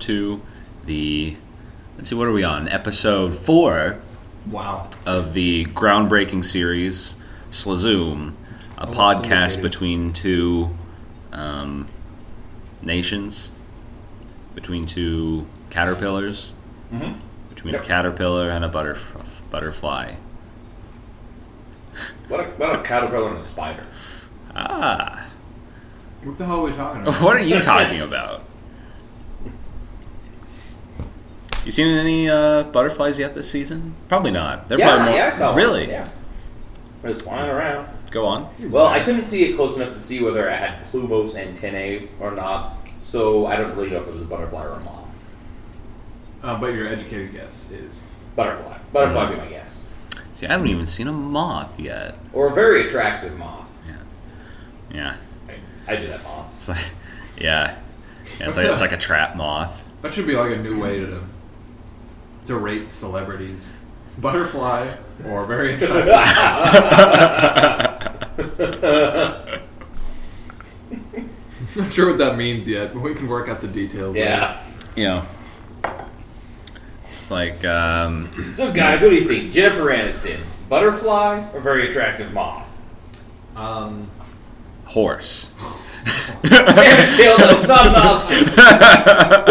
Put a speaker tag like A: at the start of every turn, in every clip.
A: to the. Let's see, what are we on? Episode four
B: Wow.
A: of the groundbreaking series Slazoom, a
B: Oh,
A: podcast
B: syndicated.
A: between two um, nations, between two caterpillars,
B: Mhm.
A: between
B: Yep.
A: a caterpillar and a butterf- butterfly.
B: What a, what a caterpillar and a spider.
A: Ah,
C: What the hell are we talking about?
A: what are you talking about? You seen any uh, butterflies yet this season? Probably not. They're probably more.
B: yeah, I saw one.
A: really?
B: Yeah. It was flying around.
A: Go on.
B: Well, I couldn't see it close enough to see whether it had plumose antennae or not, so I don't really know if it was a butterfly or a moth.
C: Uh, but your educated guess is
B: Butterfly. Butterfly would be my guess.
A: See, I haven't even seen a moth yet.
B: Or a very attractive moth.
A: Yeah,
B: I, I did that moth.
A: it's like, yeah, yeah it's,
C: What's
A: like, it's
C: that?
A: like a trap moth.
C: that should be like a new way to to rate celebrities: butterfly or very attractive. Not sure what that means yet, but we can work out the details. later.
B: yeah.
A: you know, it's like um,
B: So, guys, what do you think? Jennifer Aniston, butterfly or very attractive moth?
C: Um,
A: horse.
B: Damn it, Dale, that's not an option.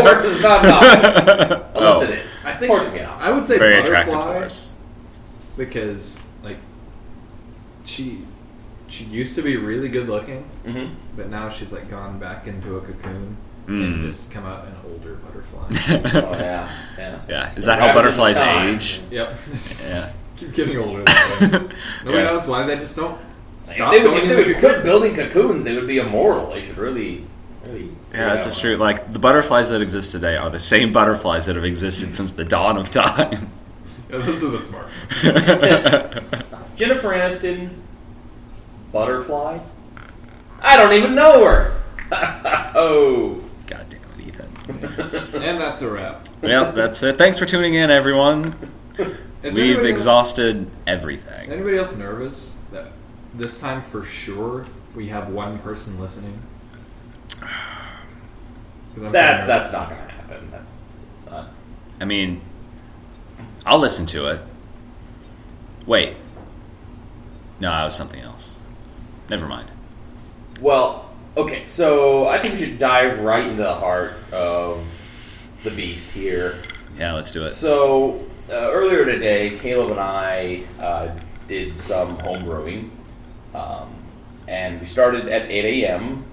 B: Horse is not an option. Unless
A: Oh,
B: it is.
C: I think
B: Horse can get option.
C: I would say
A: very
C: butterfly
A: attractive horse.
C: because like she she used to be really good looking,
B: Mm-hmm.
C: but now she's like gone back into a cocoon
A: Mm.
B: Hmm.
C: and just come out an older butterfly.
B: Oh, yeah. Yeah.
A: yeah, is
B: It's
A: that how
B: wrapped in
A: butterflies
B: time.
A: age?
C: yep.
A: Yeah.
C: Keep getting older. Nobody
A: Yeah.
C: knows why they just don't
B: If
C: stop
B: they would,
C: going
B: if
C: in
B: they
C: the
B: would
C: cocoon.
B: quit building cocoons, they would be immoral. They should really, really.
A: Yeah, that's just true. Like the butterflies that exist today are the same butterflies that have existed since the dawn of time.
C: Yeah, those are the smart. ones.
B: Jennifer Aniston, butterfly. I don't even know her. oh,
A: God damn it, Ethan.
C: And that's a wrap.
A: Yep, that's it. Thanks for tuning in, everyone.
C: Is
A: We've
C: anybody else-
A: exhausted everything.
C: Anybody else nervous that this time for sure we have one person listening? 'Cause I'm kinda
B: that's
C: nervous.
B: that's not gonna happen. That's it's not.
A: I mean, I'll listen to it. Wait. No, that was something else. Never mind.
B: Well, okay, so I think we should dive right into the heart of the beast here.
A: Yeah, let's do it.
B: So uh, earlier today, Caleb and I uh, did some home brewing, um, and we started at 8 a.m.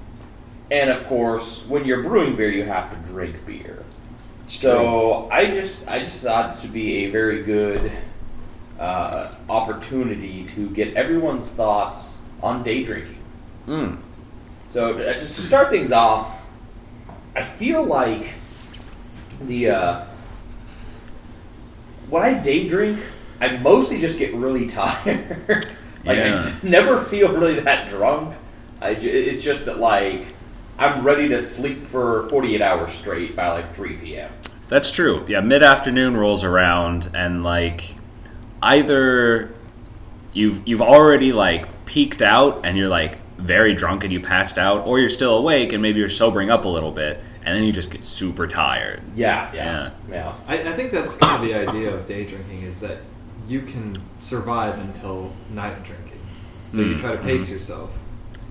B: And of course, when you're brewing beer, you have to drink beer. So I just I just thought this would be a very good uh, opportunity to get everyone's thoughts on day drinking.
A: Mm.
B: So uh, just to start things off, I feel like the uh, when I day drink, I mostly just get really tired. like
A: Yeah.
B: I d- never feel really that drunk. I ju- it's just that like I'm ready to sleep for 48 hours straight by like 3 p.m.
A: That's true. Yeah, mid afternoon rolls around and like either you've you've already like peaked out and you're like very drunk and you passed out, or you're still awake and maybe you're sobering up a little bit, and then you just get super tired.
B: Yeah,
A: Yeah.
B: yeah, yeah.
C: I, I think that's kind of the idea of day drinking is that you can survive until night drinking. So you
A: Mm,
C: try to pace yourself,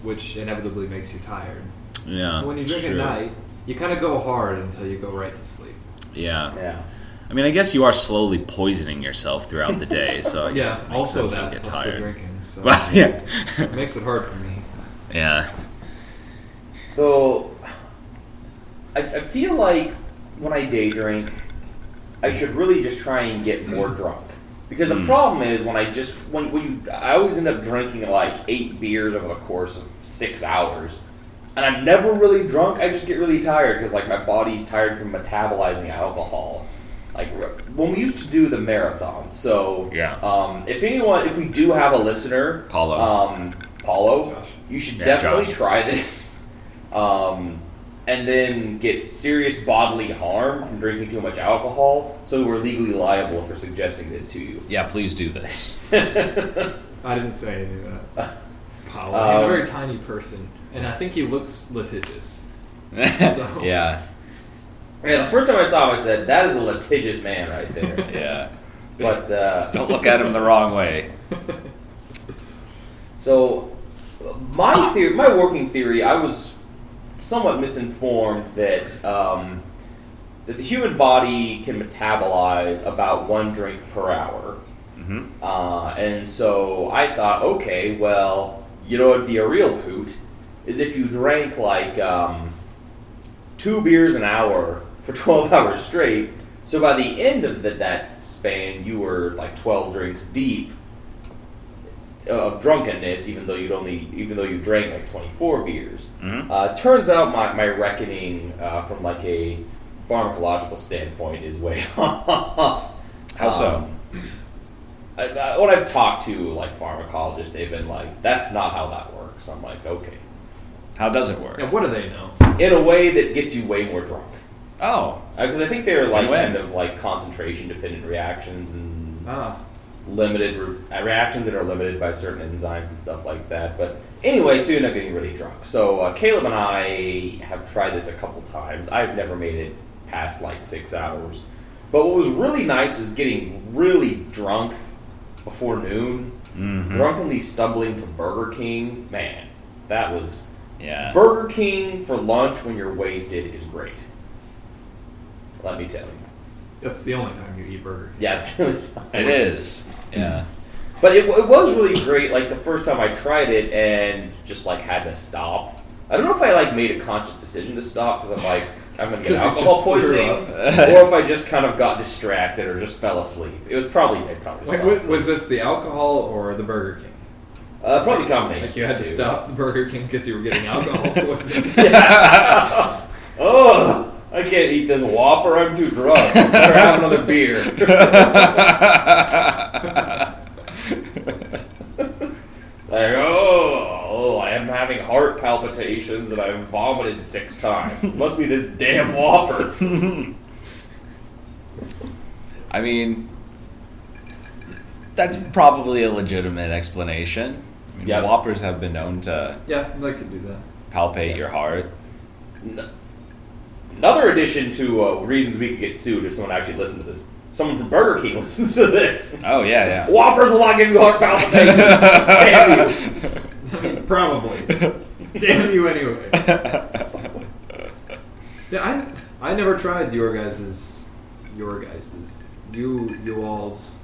C: which inevitably makes you tired.
A: Yeah.
C: when you
A: it's
C: drink at
A: true.
C: night, you kind of go hard until you go right to sleep.
A: Yeah.
B: yeah.
A: I mean, I guess you are slowly poisoning yourself throughout the day, so I guess it
C: Yeah,
A: makes
C: also
A: sense
C: that
A: you get
C: plus the
A: tired.
C: drinking, so
A: Well, yeah,
C: it makes it hard for me.
A: yeah,
B: Though, I, I feel like when I day drink, I should really just try and get more drunk. Because
A: Hmm.
B: the problem is when I just when, when you I always end up drinking like eight beers over the course of six hours, and I'm never really drunk. I just get really tired because like my body's tired from metabolizing alcohol. Like when we used to do the marathon. So
A: Yeah.
B: um, if anyone, if we do have a listener,
A: Paulo.
B: um, Paulo,
C: Josh.
B: you should
A: Yeah,
B: definitely
A: Josh.
B: try this. Um, and then get serious bodily harm from drinking too much alcohol, so we're legally liable for suggesting this to you.
A: yeah. Please do this.
C: I didn't say any of that. Paolo,
B: Um,
C: he's a very tiny person, and I think he looks litigious.
A: yeah,
B: Yeah, the first time I saw him, I said, "That is a litigious man right there."
D: Yeah.
B: but uh,
D: Don't look at him the wrong way.
B: so, my theory, my working theory, I was somewhat misinformed that um, that the human body can metabolize about one drink per hour.
A: Mm-hmm.
D: hmm
B: Uh, and so I thought, okay, well, you know, it'd be a real hoot is if you drank like um, two beers an hour for 12 hours straight. So by the end of the, that span, you were like 12 drinks deep of drunkenness, even though you'd only, even though you drank like 24 beers.
D: hmm
B: Uh, turns out my, my reckoning uh, from like a pharmacological standpoint is way off.
D: How so?
B: Um, I, I, when I've talked to like pharmacologists, they've been like, "That's not how that works." I'm like, "Okay,"
D: How does it work?
C: Yeah, what do they know?
B: in a way that gets you way more drunk
D: Oh,
B: because I think they're like
D: when?
B: kind of like concentration dependent reactions and
C: Ah,
B: limited re- uh, reactions that are limited by certain enzymes and stuff like that. But anyway, so you end up getting really drunk. So uh, Caleb and I have tried this a couple times. I've never made it past like six hours. But what was really nice was getting really drunk before noon,
A: Mm-hmm.
D: hmm
B: drunkenly stumbling to Burger King. Man, that was
D: yeah.
B: Burger King for lunch when you're wasted is great. Let me tell you.
C: that's the only time you eat burger.
B: Yeah, it's
D: It is. Yeah.
B: But it, it was really great. Like the first time I tried it, and just like had to stop. I don't know if I like made a conscious decision to stop because I'm like I'm gonna get
C: 'Cause you
B: alcohol
C: just threw
B: poisoning,
C: up.
B: or if I just kind of got distracted or just fell asleep. It was probably I probably just
C: Wait,
B: fell
C: was,
B: asleep.
C: was this the alcohol or the Burger King?
B: uh, probably a combination.
C: Like you had
B: of
C: to
B: the two.
C: stop the Burger King because you were getting alcohol poisoning.
B: Yeah. Ugh, I can't eat this Whopper. I'm too drunk. I better have another beer. It's like, oh, oh, I am having heart palpitations and I've vomited six times. It must be this damn Whopper.
D: I mean, that's probably a legitimate explanation. I mean,
B: Yeah.
D: Whoppers have been known to
C: yeah, that could do that.
D: palpate your heart.
B: N- Another addition to uh, reasons we could get sued if someone actually listened to this. Someone from Burger King listens to this.
D: Oh yeah,
B: Whoppers will not give you heart palpitations. Damn you.
D: yeah.
C: Probably. Damn you anyway. Yeah, I I never tried your guys's your guys's you you all's uh,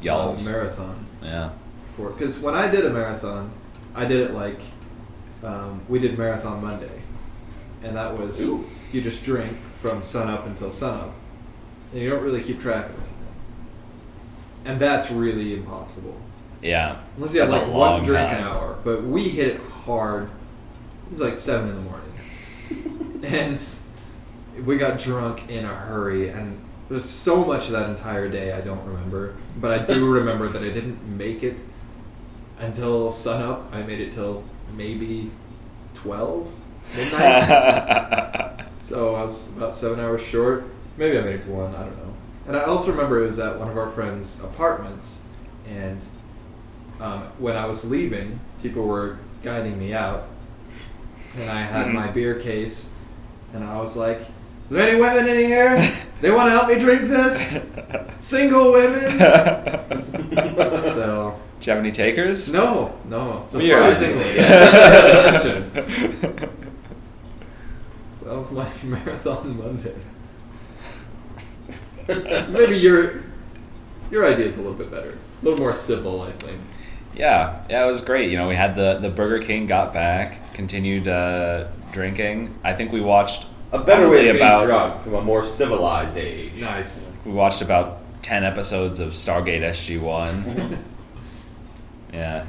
D: Y'all's.
C: marathon
D: Yeah.
C: for because when I did a marathon, I did it like um, we did marathon Monday, and that was
B: Ooh.
C: you just drink from sunup until sunup, and you don't really keep track of anything, and that's really impossible.
D: Yeah.
C: Unless you have
D: That's
C: like
D: a
C: one
D: long
C: drink
D: time.
C: an hour. But we hit it hard. It was like seven in the morning. and s- we got drunk in a hurry and there's so much of that entire day I don't remember. But I do remember that I didn't make it until sunup. I made it till maybe twelve midnight. So I was about seven hours short. Maybe I made it to one. I don't know. And I also remember it was at one of our friends' apartments, and um, when I was leaving, people were guiding me out, and I had
D: Mhm.
C: my beer case, and I was like, "Is there any women in here? They want to help me drink this? Single women?" so
D: Do you have any takers?
C: no, no,
D: Beer.
C: surprisingly, that was my marathon Monday. Maybe your your idea is a little bit better, a little more civil, I think.
D: Yeah, yeah, it was great. You know, we had the the Burger King got back, continued uh, drinking. I think we watched
B: A better way
D: probably
B: to be
D: about
B: drunk from a more civilized age.
C: Nice.
D: we watched about ten episodes of Stargate SG One. yeah,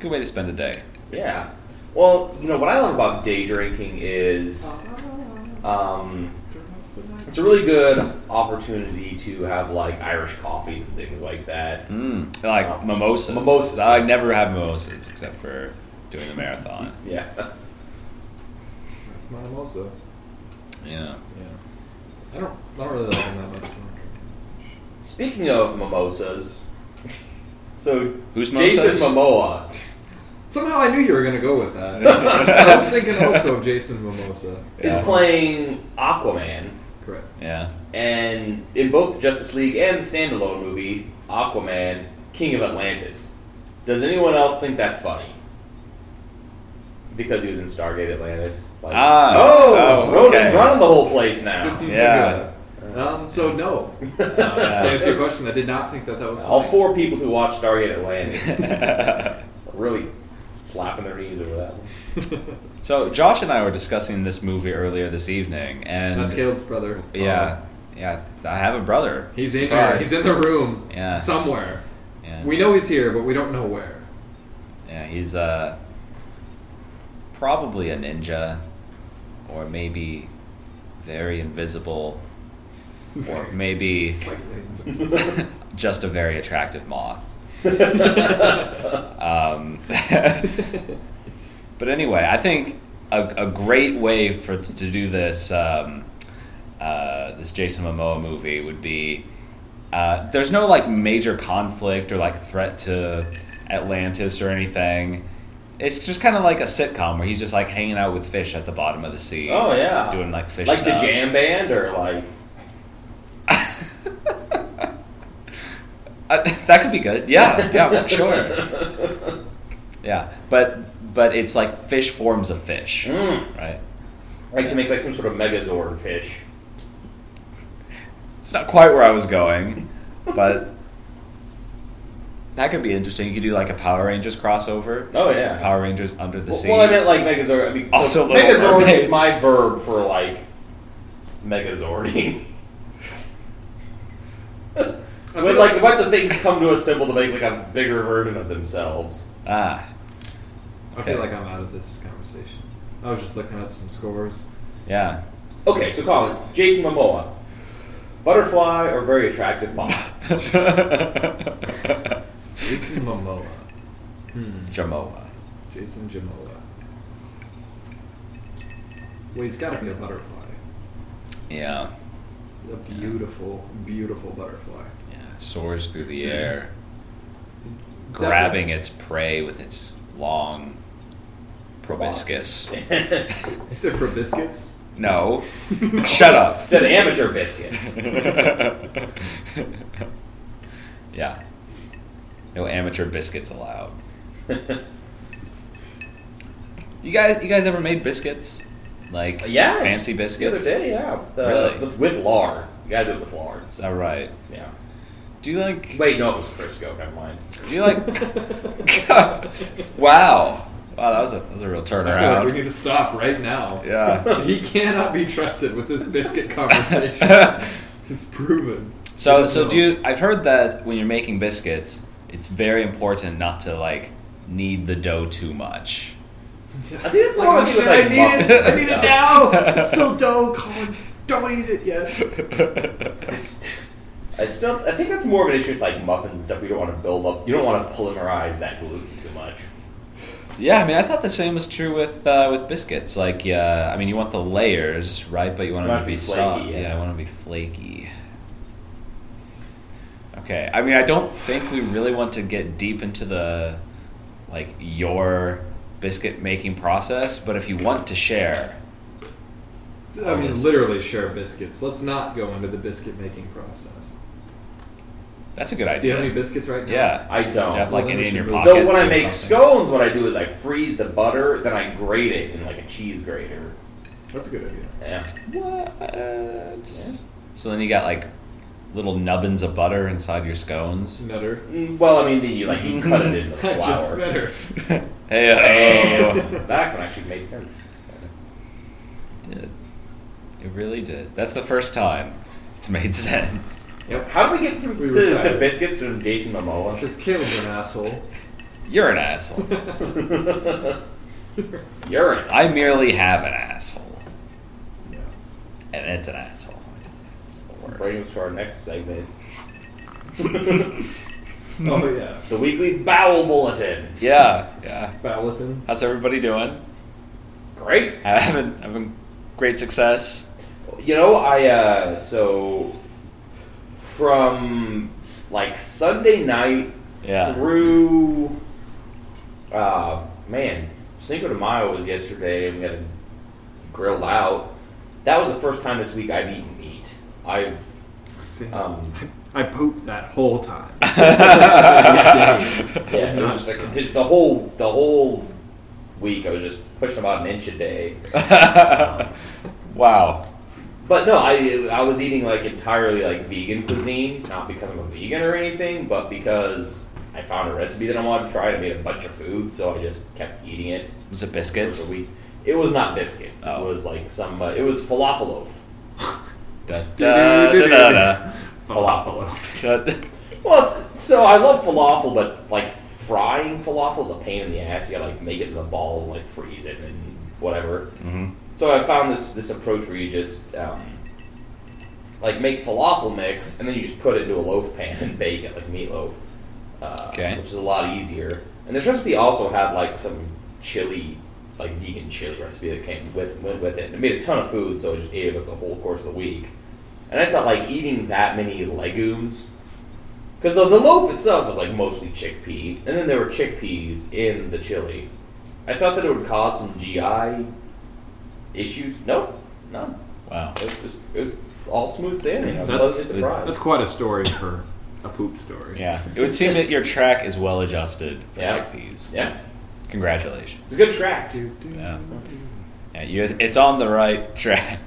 D: good way to spend a day.
B: Yeah. Well, you know what I love about day drinking is um, it's a really good opportunity to have like Irish coffees and things like that.
D: Mm, like
B: Um,
D: mimosas.
B: mimosas.
D: I never have mimosas except for doing the marathon.
B: Yeah.
C: That's mine also.
D: Yeah.
C: Yeah. I don't. I don't really like them that much.
B: Speaking of mimosas, so
D: Who's
B: Jason
D: mimosas?
B: Momoa
C: Somehow I knew you were going to go with that. I was thinking also of Jason Mimosa.
B: is
A: Yeah.
B: playing Aquaman,
C: Correct.
A: Yeah.
B: and in both the Justice League and standalone movie, Aquaman, King of Atlantis. Does anyone else think that's funny? Because he was in Stargate Atlantis. Like,
A: Ah,
B: oh,
A: oh,
B: Ronan's
A: okay.
B: running the whole place now.
C: Good thing you
A: Yeah.
C: figured that. Um, so no. Uh, To answer your question, I did not think that that was.
B: All
C: funny.
B: four people who watched Stargate Atlantis are really slapping their knees over that one.
A: so Josh and I were discussing this movie earlier this evening, and
C: That's Caleb's brother.
A: yeah, yeah, I have a brother.
C: Um, he's in
A: Surprise.
C: there. He's in the room.
A: Yeah.
C: Somewhere.
A: Yeah.
C: We know he's here, but we don't know where.
A: Yeah, he's uh, probably a ninja, or maybe very invisible, or maybe
C: Slightly.
A: just a very attractive moth. Um, but anyway, I think a, a great way for to do this um, uh, this Jason Momoa movie would be uh, there's no like major conflict or like threat to Atlantis or anything. It's just kind of like a sitcom where he's just like hanging out with fish at the bottom of the sea.
B: Oh, yeah.
A: doing like fish
B: Like
A: stuff.
B: the jam band, or like
A: Uh, that could be good. Yeah, yeah, sure. Yeah, but but it's like fish forms of fish,
B: Mm.
A: right?
B: like to make like some sort of Megazord fish.
A: It's not quite where I was going, but that could be interesting. You could do like a Power Rangers crossover.
B: Oh yeah.
A: Power Rangers under the
B: well,
A: sea.
B: well, I meant like Megazord. I mean, so
A: Also Little
B: Megazord
A: Mermaid.
B: is my verb for like Megazording. when like a bunch of things come to a symbol to make like a bigger version of themselves.
A: ah,
C: I feel like I'm out of this conversation. I was just looking up some scores.
A: yeah.
B: Okay, so Colin, Jason Momoa, butterfly or very attractive mom?
C: Jason Momoa. Hmm.
A: Jamoa.
C: Jason Jamoa. Well, he's got to be a butterfly.
A: Yeah.
C: A beautiful, beautiful butterfly.
A: Yeah. Soars through the air,
C: He's
A: grabbing its prey with its long proboscis.
C: definitely- You said for biscuits?
A: No. Shut up.
B: Said amateur biscuits.
A: yeah. No amateur biscuits allowed. You guys, you guys ever made biscuits? Like
B: yeah,
A: fancy biscuits?
B: Uh, The other day, yeah, with, uh,
A: Really?
B: with, with lard. You gotta do it with lard.
A: Is that right?
B: Yeah.
A: Do you like?
B: Wait, no, it was Crisco. Never mind.
A: Do you like? wow! Wow, that was a that was a real
C: I feel like we
A: turnaround.
C: need to stop right now.
A: Yeah.
C: He cannot be trusted with this biscuit conversation. it's proven.
A: So so do you? I've heard that when you're making biscuits, it's very important not to like knead the dough too much.
B: I think it's like
C: Oh
B: when he was
C: shit!
B: like
C: I need it. I
A: muffins
C: need
A: and
C: it now. It's so dough, Colin. Don't eat it yet.
B: I st- I still, I think that's more of an issue with like muffins and stuff. You don't want to build up, you don't want to polymerize that gluten too much.
A: Yeah, I mean, I thought the same was true with uh, with biscuits. Like, uh, I mean, you want the layers, right? But you want
B: You
A: them
B: want
A: to
B: it
A: be
B: to be flaky,
A: soft.
B: yeah.
A: Yeah. I want them to be flaky. Okay, I mean, I don't think we really want to get deep into the like your biscuit making process, but if you want to share,
C: I mean, literally share biscuits. Let's not go into the biscuit making process.
A: that's a good
C: Do you
A: idea.
C: have any biscuits right now?
A: yeah,
B: I
A: Do
B: don't.
A: you have like any in your pocket.
B: Though when I make scones, what I do is I freeze the butter, then I grate it in like a cheese grater.
C: That's a good idea.
B: Yeah.
A: What? So then you got like little nubbins of butter inside your scones.
C: Nutter.
B: Mm, Well, I mean, then you like you cut it into
C: Just
B: flour.
C: better.
A: Hey,
B: that one actually made sense.
A: did. It really did. That's the first time it's made sense.
C: Yep.
B: How did we get from
C: We
B: to, to
C: retired.
B: biscuits from Jason Momoa?
C: Because Caleb's an asshole.
A: You're an asshole.
B: You're an
A: I merely have an asshole,
C: Yeah.
A: and it's an asshole. It's the worst.
B: Bring us to our next segment.
C: Oh yeah.
B: The weekly bowel bulletin.
A: Yeah, yeah.
C: Ballatin.
A: How's everybody doing?
B: Great.
A: Having having great success.
B: You know, I uh so from like Sunday night
A: Yeah.
B: through Uh, man, Cinco de Mayo was yesterday, and we had a grilled out. That was the first time this week I've eaten meat. I've
C: See,
B: um,
C: I pooped that whole time.
B: yeah, it was just a conti- the whole the whole week I was just pushing about an inch a day. Um,
A: wow.
B: But no, I I was eating like entirely like vegan cuisine, not because I'm a vegan or anything, but because I found a recipe that I wanted to try and I made a bunch of food, so I just kept eating it
A: Was it
B: for
A: biscuits?
B: the week. It was not biscuits.
A: Oh.
B: It was like some. Uh, it was falafel loaf.
A: Da, da, da, da, da.
B: Falafel loaf.
A: So-
B: Well, it's, so I love falafel, but like frying falafel is a pain in the ass. You gotta like make it into balls and like freeze it and whatever.
A: Mhm.
B: So I found this this approach where you just um, like make falafel mix and then you just put it into a loaf pan and bake it like meatloaf, uh,
A: Okay.
B: which is a lot easier. And this recipe also had like some chili, like vegan chili recipe that came with went with it. And it made a ton of food, so I just ate it the whole course of the week. And I thought like eating that many legumes. Because the, the loaf itself was like mostly chickpea, and then there were chickpeas in the chili. I thought that it would cause some GI issues. Nope, none.
A: Wow.
B: It was, just, it was all smooth sailing. I was
C: That's-
B: pleasantly surprised.
C: That's quite a story for a poop story.
A: Yeah. It would seem that your track is well adjusted for
B: Yeah.
A: chickpeas.
B: yeah,
A: Congratulations.
B: it's a good track.
C: Do, do,
A: Yeah. Yeah, you, it's on the right track.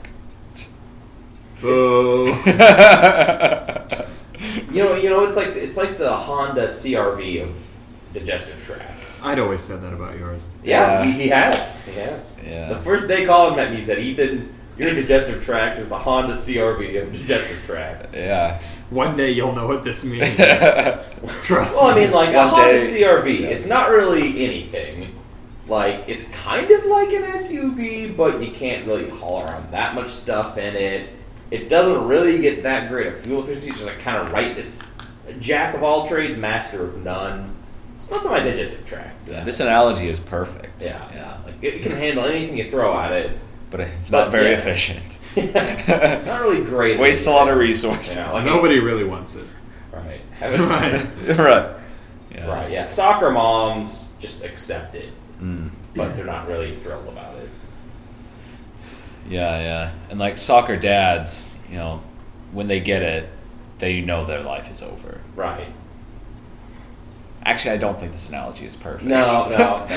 C: Oh.
B: You know, you know, it's like it's like the Honda CRV of digestive tracts.
C: I'd always said that about yours.
B: Yeah,
A: Yeah.
B: He, he has, he has.
A: Yeah.
B: The first day Colin met me, he said, "Ethan, your digestive tract is the Honda CRV of digestive tracts."
A: yeah.
C: One day you'll know what this means. Trust
B: Well, I
C: me.
B: mean, like
A: One
B: a Honda
A: day-
B: CRV, it's not really anything. Like it's kind of like an SUV, but you can't really haul around that much stuff in it. It doesn't really get that great of fuel efficiency. It's just like kind of right. It's a jack of all trades, master of none. So that's my digestive tract.
A: Yeah, This analogy is perfect.
B: yeah, yeah. Like it can handle anything you throw at it.
A: But it's
B: But,
A: not very
B: yeah.
A: efficient.
B: It's not really great.
A: Waste a lot of resources.
B: Yeah, like
C: Like, Nobody really wants it.
B: right. Have it-
C: right.
A: right. Yeah.
B: Right. Yeah. Soccer moms just accept it,
A: Mm.
B: but they're not really thrilled about it.
A: Yeah, yeah. And like soccer dads, you know, when they get it, they know their life is over.
B: Right.
A: Actually, I don't think this analogy is perfect.
B: No, no,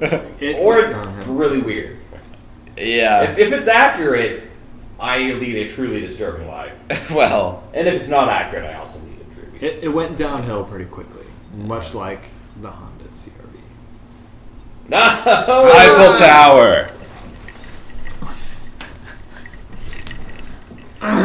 B: no.
C: It-
B: or it's
C: um,
B: really weird.
A: yeah.
C: Uh.
B: If, if it's accurate, I lead a truly disturbing life.
A: well,
B: And if it's not accurate, I also lead a truly.
C: it, it went downhill pretty quickly, much like the Honda CRV.
B: No!
A: Eiffel Tower.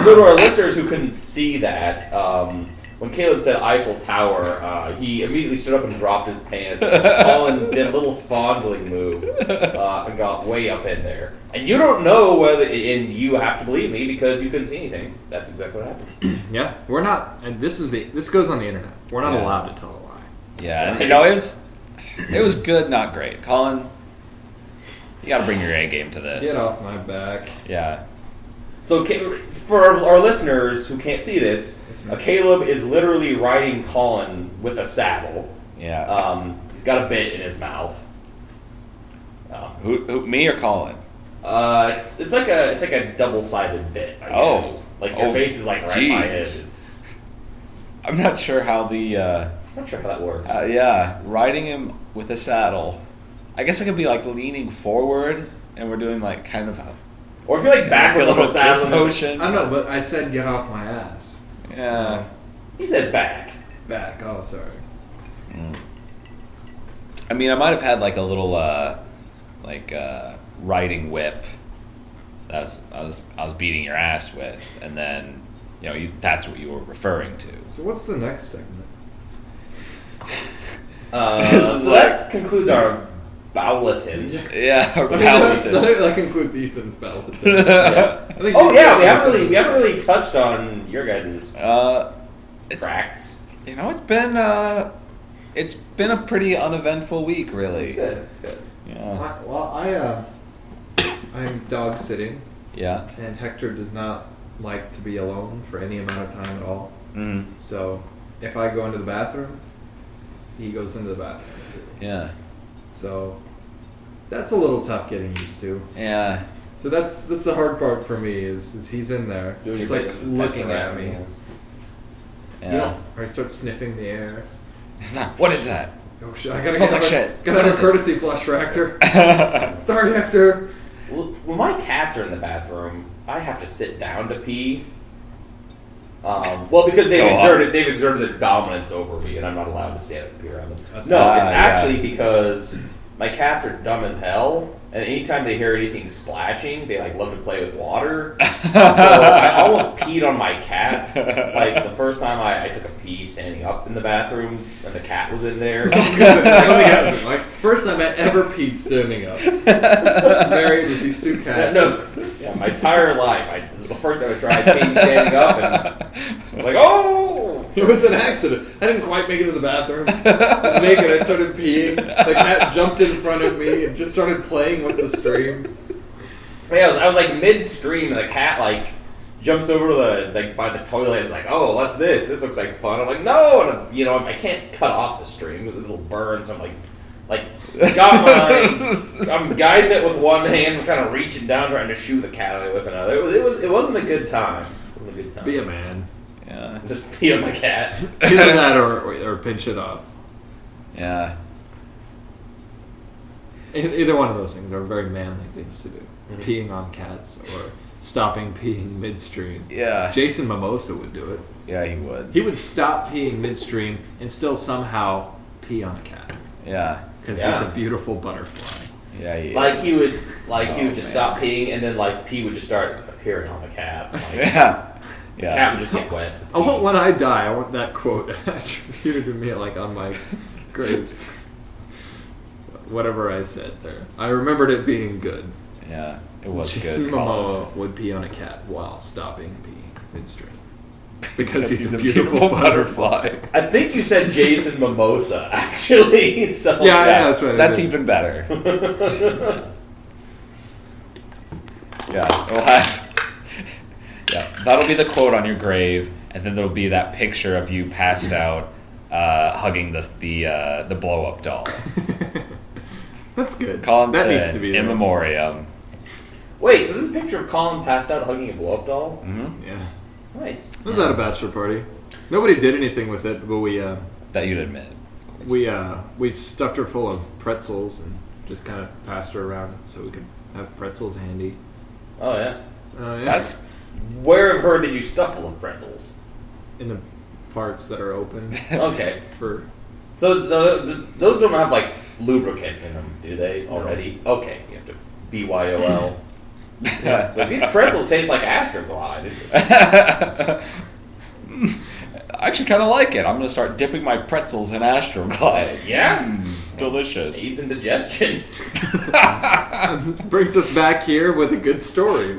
B: So to our listeners who couldn't see that, um, when Caleb said Eiffel Tower, uh, he immediately stood up and dropped his pants. Colin did a little fondling move uh, and got way up in there. And you don't know whether, and you have to believe me because you couldn't see anything. That's exactly what happened.
C: Yeah, we're not, and this is the this goes on the internet. We're not
A: Yeah.
C: allowed to tell a lie.
A: Yeah, and, you know it was. It was good, not great. Colin, you got to bring your A game to this.
C: Get off my back.
A: Yeah.
B: So Ca- for our, our listeners who can't see this, uh, Caleb is literally riding Colin with a saddle.
A: Yeah.
B: Um, he's got a bit in his mouth. Um,
A: who, who? Me or Colin?
B: uh, it's, it's like a it's like a double sided bit. I
A: Oh.
B: guess. like your
A: Oh,
B: face is like right by his.
A: geez.
B: It's,
A: I'm not sure how the. Uh,
B: I'm not sure how that works.
A: Uh, yeah, riding him with a saddle. I guess I could be like leaning forward, and we're doing like kind of a
B: or if you're like back with
A: like
B: a little
A: fist
B: saddle, and
C: I
A: motion.
C: don't know, but I said get off my ass.
A: Yeah,
B: it's- he said back.
C: Back. Oh, sorry.
A: I mean, I might have had like a little uh, like uh, riding whip. That's I was I was beating your ass with, and then you know you, that's what you were referring to.
C: So what's the next segment?
B: Uh, so that concludes our bowletin.
A: Yeah, or
C: I mean, that, that,
A: palatine.
C: that concludes Ethan's ballot.
B: Yeah.
C: I think
B: Oh
C: these
B: yeah,
C: are
B: we
C: the
B: haven't really we
C: segments.
B: haven't really touched on your guys'
A: Uh,
B: tracks.
A: you know, it's been uh, it's been a pretty uneventful week,
B: It's
A: really.
B: good. It's good.
A: Yeah,
C: I, well, I uh, I'm dog sitting,
A: yeah.
C: and Hector does not like to be alone for any amount of time at all.
A: Mm.
C: Mm-hmm. So if I go into the bathroom, he goes into the bathroom.
A: Yeah.
C: So that's a little tough getting used to.
A: Yeah.
C: So that's that's the hard part for me is, is he's in there,
B: Doing
C: just
B: your
C: like
B: business with
C: looking
B: pets around,
C: at me.
B: yeah.
A: yeah.
C: You know, or he starts sniffing the air.
A: what is that?
C: Oh shit! I gotta
A: Smells
C: get
A: like
C: a,
A: shit.
C: Gotta
A: What
C: have
A: is
C: a
A: it?
C: courtesy flush for Hector.
A: yeah.
C: Sorry, Hector.
B: Well, when my cats are in the bathroom, I have to sit down to pee. Um, well, because they've
A: Go on.
B: exerted they've exerted their dominance over me, and I'm not allowed to stand up and pee around them.
C: That's
B: no,
A: fine.
B: it's
A: Ah, yeah.
B: actually because my cats are dumb as hell, and anytime they hear anything splashing, they like love to play with water. so I almost peed on my cat. Like the first time I, I took a pee standing up in the bathroom, and the cat was in there.
C: Oh, I don't think I was, like, first time I ever peed standing up. Married with these two
B: Yeah,
C: cats.
B: no, yeah, my entire life. I, it was the first time I tried being standing up, and I was like, oh,
C: It was an accident. I didn't quite make it to the bathroom. I was naked. I started peeing. The cat jumped in front of me and just started playing with the stream.
B: yeah, I was, I was like midstream, and the cat like jumps over the like by the toilet. and is like, oh, what's this? This looks like fun. I'm like, no, and I'm, you know, I can't cut off the stream because it'll burn. So I'm like. Like got my, I'm guiding it with one hand, I'm kind of reaching down, trying to shoo the cat away with another. It was, it was, it wasn't a good time. It wasn't a good time.
C: Be a man.
B: Just pee on my cat.
C: Either that or, or pinch it off.
A: Yeah.
C: E- Either one of those things are very manly things to do.
B: Mhm.
C: Peeing on cats or stopping peeing midstream.
A: Yeah.
C: Jason Mimosa would do it.
A: Yeah, he would.
C: He would stop peeing midstream and still somehow pee on a cat
A: Yeah.
C: because he's
B: Yeah.
C: a beautiful butterfly.
A: Yeah, he
B: Like he
A: is.
B: would, like he
A: Oh,
B: would just
A: man.
B: stop peeing, and then like pee would just start appearing on the cat. Like,
A: Yeah.
B: The
A: Yeah.
B: cat would just get wet.
C: I want when I die. I want that quote attributed to me, like on my graves. Whatever I said there, I remembered it being good.
A: Yeah. It was
C: Jason
A: good. call.
C: Momoa would pee on a cat while stopping peeing midstream because he's, a
A: a
C: beautiful, butterfly.
B: I think you said Jason Mimosa, actually. So
C: yeah, yeah,
A: yeah,
C: that's right.
A: That's
C: it is.
A: even better. yeah, it'll have. Yeah, that'll be the quote on your grave, and then there'll be that picture of you passed
C: Mm-hmm.
A: out, uh, hugging the the uh, the blow up doll.
C: That's good.
A: Colin
C: that
A: said,
C: needs to be
A: in
C: there.
A: memoriam.
B: Wait, so this is a picture of Colin passed out hugging a blow up doll.
A: hmm
C: Yeah,
B: Nice.
C: it was at a bachelor party. Nobody did anything with it, but we. Uh,
A: That you'd admit.
C: We uh, we stuffed her full of pretzels and just kind of passed her around so we could have pretzels handy.
B: Oh yeah.
C: Uh, yeah.
A: That's
B: Where of her did you stuff full of pretzels?
C: in the parts that are open
B: Okay,
C: for.
B: so the, the, those don't have like lubricant in them, do they? Already? Okay, you have to B Y O L. It's like these pretzels taste like Astroglide.
A: I actually kind of like it. I'm gonna start dipping my pretzels in Astroglide.
B: Yeah.
A: Mm, delicious.
B: Aids indigestion.
C: Brings us back here with a good story.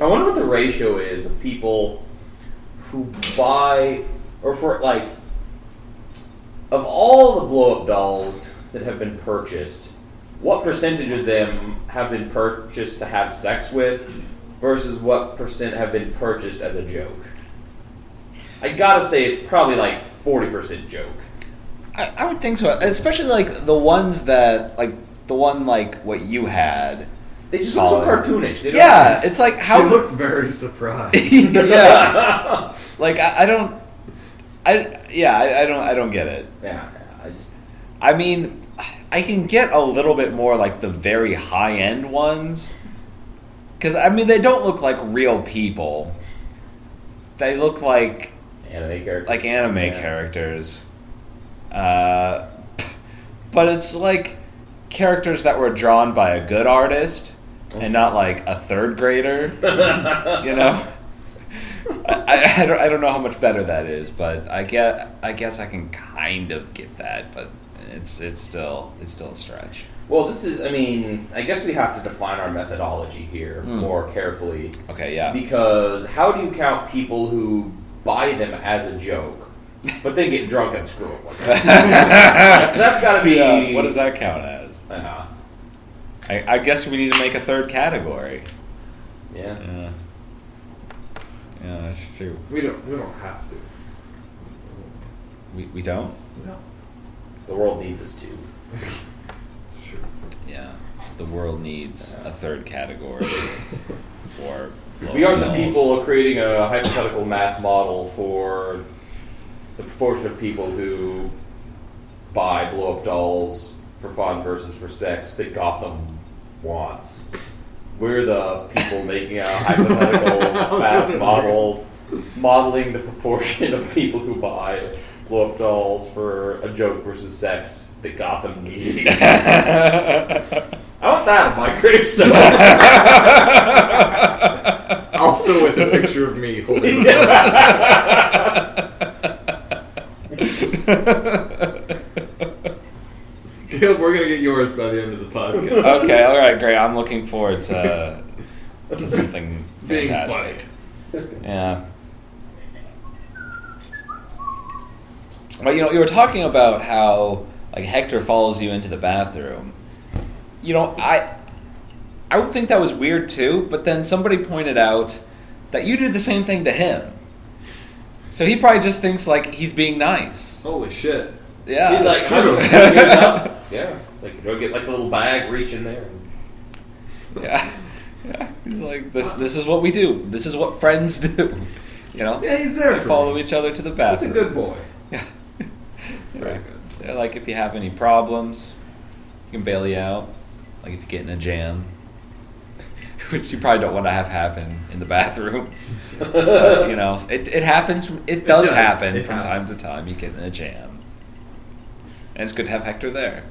B: I wonder what the ratio is of people who buy, or for like, of all the blow up dolls that have been purchased, what percentage of them have been purchased to have sex with versus what percent have been purchased as a joke? I gotta say, it's probably like 40% joke.
A: I, I would think so, especially like the ones that like the one like what you had.
B: They just look so
A: Solid.
B: cartoonish. They don't
A: Yeah, it's like how
C: very surprised.
A: yeah, like I, I don't, I yeah, I, I don't, I don't get it.
B: yeah. I just,
A: I mean, I can get a little bit more like the very high end ones, because I mean they don't look like real people. They look like
B: anime character.
A: like anime
B: Yeah.
A: characters. Uh, but it's like characters that were drawn by a good artist and not like a third grader, you know? I, I, I, don't, I don't know how much better that is, but I get I guess I can kind of get that, but it's it's still it's still a stretch.
B: Well, this is, I mean, I guess we have to define our methodology here
A: Hmm.
B: more carefully
A: Okay, yeah,
B: because how do you count people who buy them as a joke but then get drunk and screw it with them? 'Cause that's got to be.
A: yeah. What does that count as?
B: Uh,
A: I, I guess we need to make a third category.
B: yeah.
A: Yeah, yeah, that's true.
C: We don't. We don't have to.
A: We we don't.
C: No.
B: The world needs us too.
C: It's true.
A: Yeah. The world needs a third category for.
B: We are the
A: blowing
B: people creating a hypothetical math model for the proportion of people who buy blow up dolls for fun versus for sex that Gotham wants. We're the people making a
C: I
B: hypothetical
C: was
B: math
C: wondering.
B: model, modeling the proportion of people who buy blow up dolls for a joke versus sex that Gotham needs. I want that on my gravestone.
C: Also with a picture of me holding Caleb, we're gonna get yours by the end of the podcast.
A: okay, all right, great. I'm looking forward to, to something
C: Being
A: fantastic. Yeah. But you know, you were talking about how like Hector follows you into the bathroom. You know, I I would think that was weird too, but then somebody pointed out that you do the same thing to him. So he probably just thinks like he's being nice.
C: Holy shit.
A: Yeah.
B: He's like, "I'm
C: true.
B: gonna get up." yeah. It's like go get like a little bag, reach in there. And
A: yeah. yeah. He's like, this this is what we do. This is what friends do. You know?
C: Yeah, he's there
A: They
C: for
A: follow
C: me.
A: each other to the
C: That's
A: bathroom.
C: a good boy.
A: Yeah.
C: very
A: Yeah.
C: good.
A: They're like, if you have any problems, you can bail you out. Like if you get in a jam, which you probably don't want to have happen in the bathroom. But, you know, it, it happens. From, it,
C: It
A: does,
C: does.
A: happen
C: It
A: from time
C: happens.
A: to time. You get in a jam, and it's good to have Hector there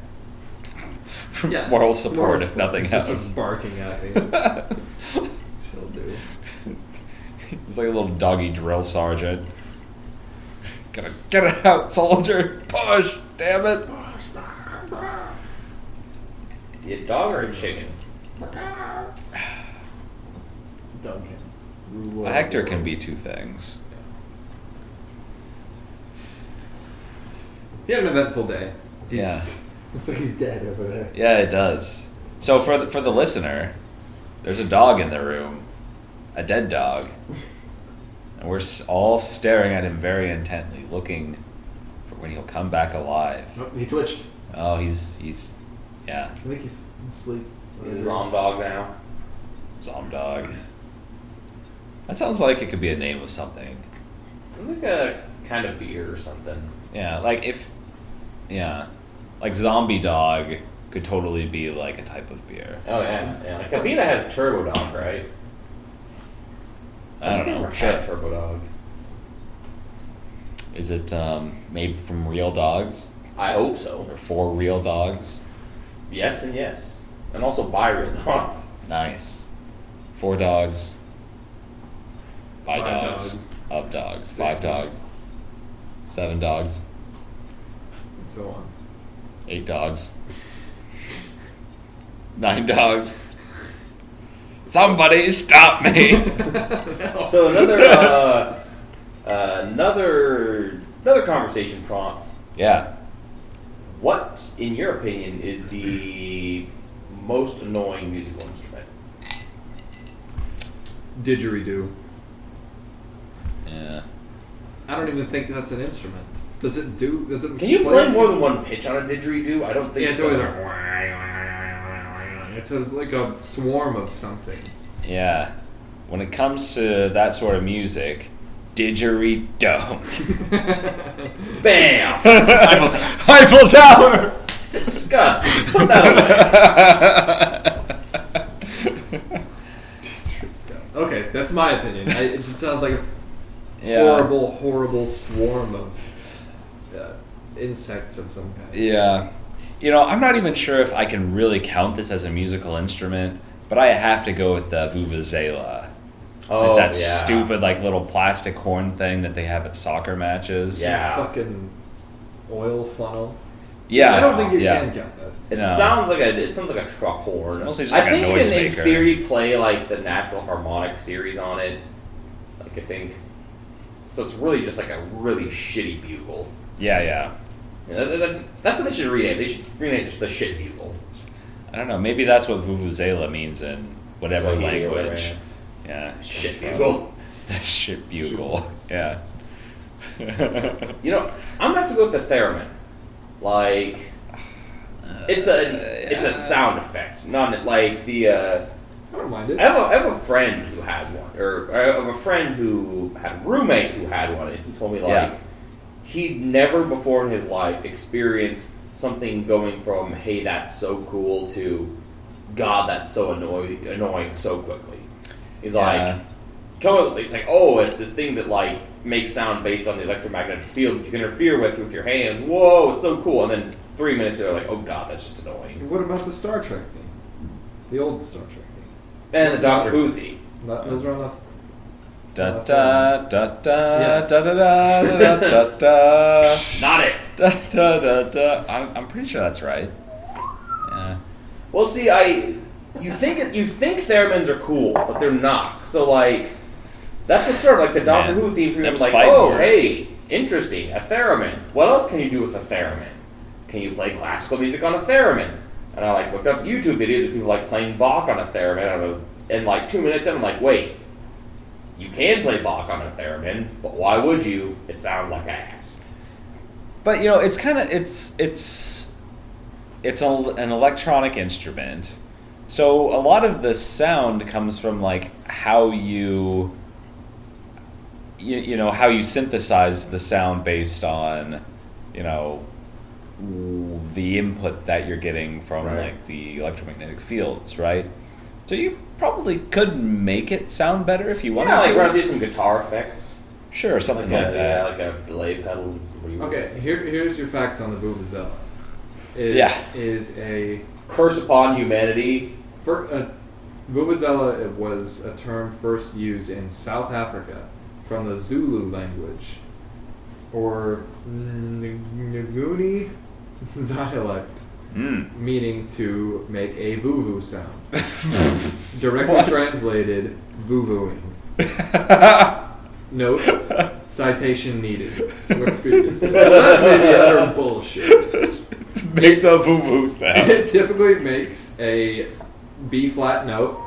A: for
C: Yeah.
A: moral support,
C: Moral
A: if nothing
C: support. Just
A: else.
C: a barking at me. She'll do.
A: It's like a little doggy drill sergeant. Gotta get it out, soldier. Push, damn it.
B: Is he a dog or a chicken?
C: Duncan.
A: Well, Hector can be two things.
C: He had an eventful day. He's,
A: Yeah.
C: Looks like he's dead over there.
A: Yeah, it does. So for the, for the listener, there's a dog in the room, a dead dog, and we're s- all staring at him very intently, looking for when he'll come back alive.
C: Oh, he glitched.
A: Oh, he's he's yeah,
C: I think he's asleep.
B: He's a zombie dog now.
A: zom dog. That sounds like it could be a name of something.
B: Sounds like a kind of beer or something.
A: Yeah, like if yeah, like zombie dog could totally be like a type of beer.
B: Oh yeah, yeah. Like, Kabina has turbo dog, right?
A: I don't know.
B: Never
A: Shit.
B: had turbo dog.
A: Is it um, made from real dogs
B: I hope so.
A: or for real dogs?
B: Yes and yes, and also buy real dogs.
A: Nice. For dogs. By
C: By
A: dogs,
C: dogs.
A: Of dogs.
C: Six
A: Five dogs. Seven dogs.
C: And so on.
A: Eight dogs. Nine dogs. Somebody stop me!
B: So another uh, another another conversation prompt.
A: yeah.
B: What, in your opinion, is the most annoying musical instrument?
C: Didgeridoo.
A: Yeah.
C: I don't even think that's an instrument. Does it do? Does it?
B: Can you play more than one pitch on a didgeridoo? I don't think
C: Yeah, it's
B: so.
C: always like. It's a- like a swarm of something.
A: Yeah. When it comes to that sort of music, didgeridoo.
B: Bam!
A: Eiffel Tower!
B: Disgusting. Put that away.
C: okay, that's my opinion. I, it just sounds like a
A: yeah.
C: horrible, horrible swarm of uh, insects of some kind.
A: Yeah. You know, I'm not even sure if I can really count this as a musical instrument, but I have to go with the vuvuzela.
B: Oh,
A: like that
B: yeah.
A: stupid, like little plastic horn thing that they have at soccer matches.
B: Yeah.
C: Fucking oil funnel.
A: yeah.
C: I don't think you
A: yeah.
C: can count that.
B: It
A: No.
B: sounds like a it sounds like a truck horn.
A: It's mostly just
B: I
A: like a
B: think you can in
A: noisemaker.
B: theory play like the natural harmonic series on it. Like I think, so it's really just like a really shitty bugle.
A: Yeah, yeah.
B: Yeah, that- that- that's what they should rename. They should rename it just the shit bugle.
A: I don't know. Maybe that's what vuvuzela means in whatever
B: Swahili or
A: language.
B: whatever.
A: Yeah.
B: Shit bugle.
A: The shit bugle. Yeah.
B: You know, I'm gonna have to go with the theremin. Like it's a it's a sound effect, not like the. Uh,
C: I don't mind it.
B: I have, a, I have a friend who has one, or I have a friend who had a roommate who had one, and he told me like
A: Yeah.
B: he'd never before in his life experienced something going from "Hey, that's so cool" to "God, that's so annoying, annoying so quickly." He's
A: Yeah.
B: like, come up with it's like, oh, it's this thing that like makes sound based on the electromagnetic field you can interfere with with your hands. Whoa, it's so cool! And then three minutes later, like, oh god, that's just annoying.
C: What about the Star Trek thing? The old Star Trek thing.
B: And the Doctor Boothie.
C: That, those were on the
A: Da da da da da
C: Yes.
A: da da da da da.
B: Not it.
A: Da, da, da, da. I'm, I'm pretty sure that's right. Yeah.
B: Well, see, I you think it, you think theremins are cool, but they're not. So like, that's what sort of like the Doctor
A: Man,
B: Who theme for me. I'm
A: them's
B: like,
A: fighting
B: oh,
A: words.
B: hey, interesting, a theremin. What else can you do with a theremin? Can you play classical music on a theremin? And I like looked up YouTube videos of people like playing Bach on a theremin. I don't know, in like two minutes, and I'm like, wait, you can play Bach on a theremin, but why would you? It sounds like ass.
A: But you know, it's kind of it's it's it's a, an electronic instrument, so a lot of the sound comes from like how you you, you know how you synthesize the sound based on you know w- the input that you're getting from
B: Right.
A: like the electromagnetic fields, right? So you probably could make it sound better if you wanted
B: yeah, like
A: to.
B: run through some guitar effects,
A: Sure, something
B: like,
A: like,
B: a,
A: that.
B: yeah, like a delay pedal. and some
A: Mm.
B: reverb.
C: Okay, here, here's your facts on the Vuvuzela. It
A: Yeah.
C: is a
B: curse upon humanity.
C: For, uh, Vuvuzela it was a term first used in South Africa from the Zulu language or Ng- Nguni dialect,
A: Mm.
C: meaning to make a vuvu sound. Directly
A: What?
C: translated, vuvuing. Note, citation needed. Wikipedia says, That may be utter bullshit.
A: Makes a voo voo sound.
C: It typically makes a B flat note.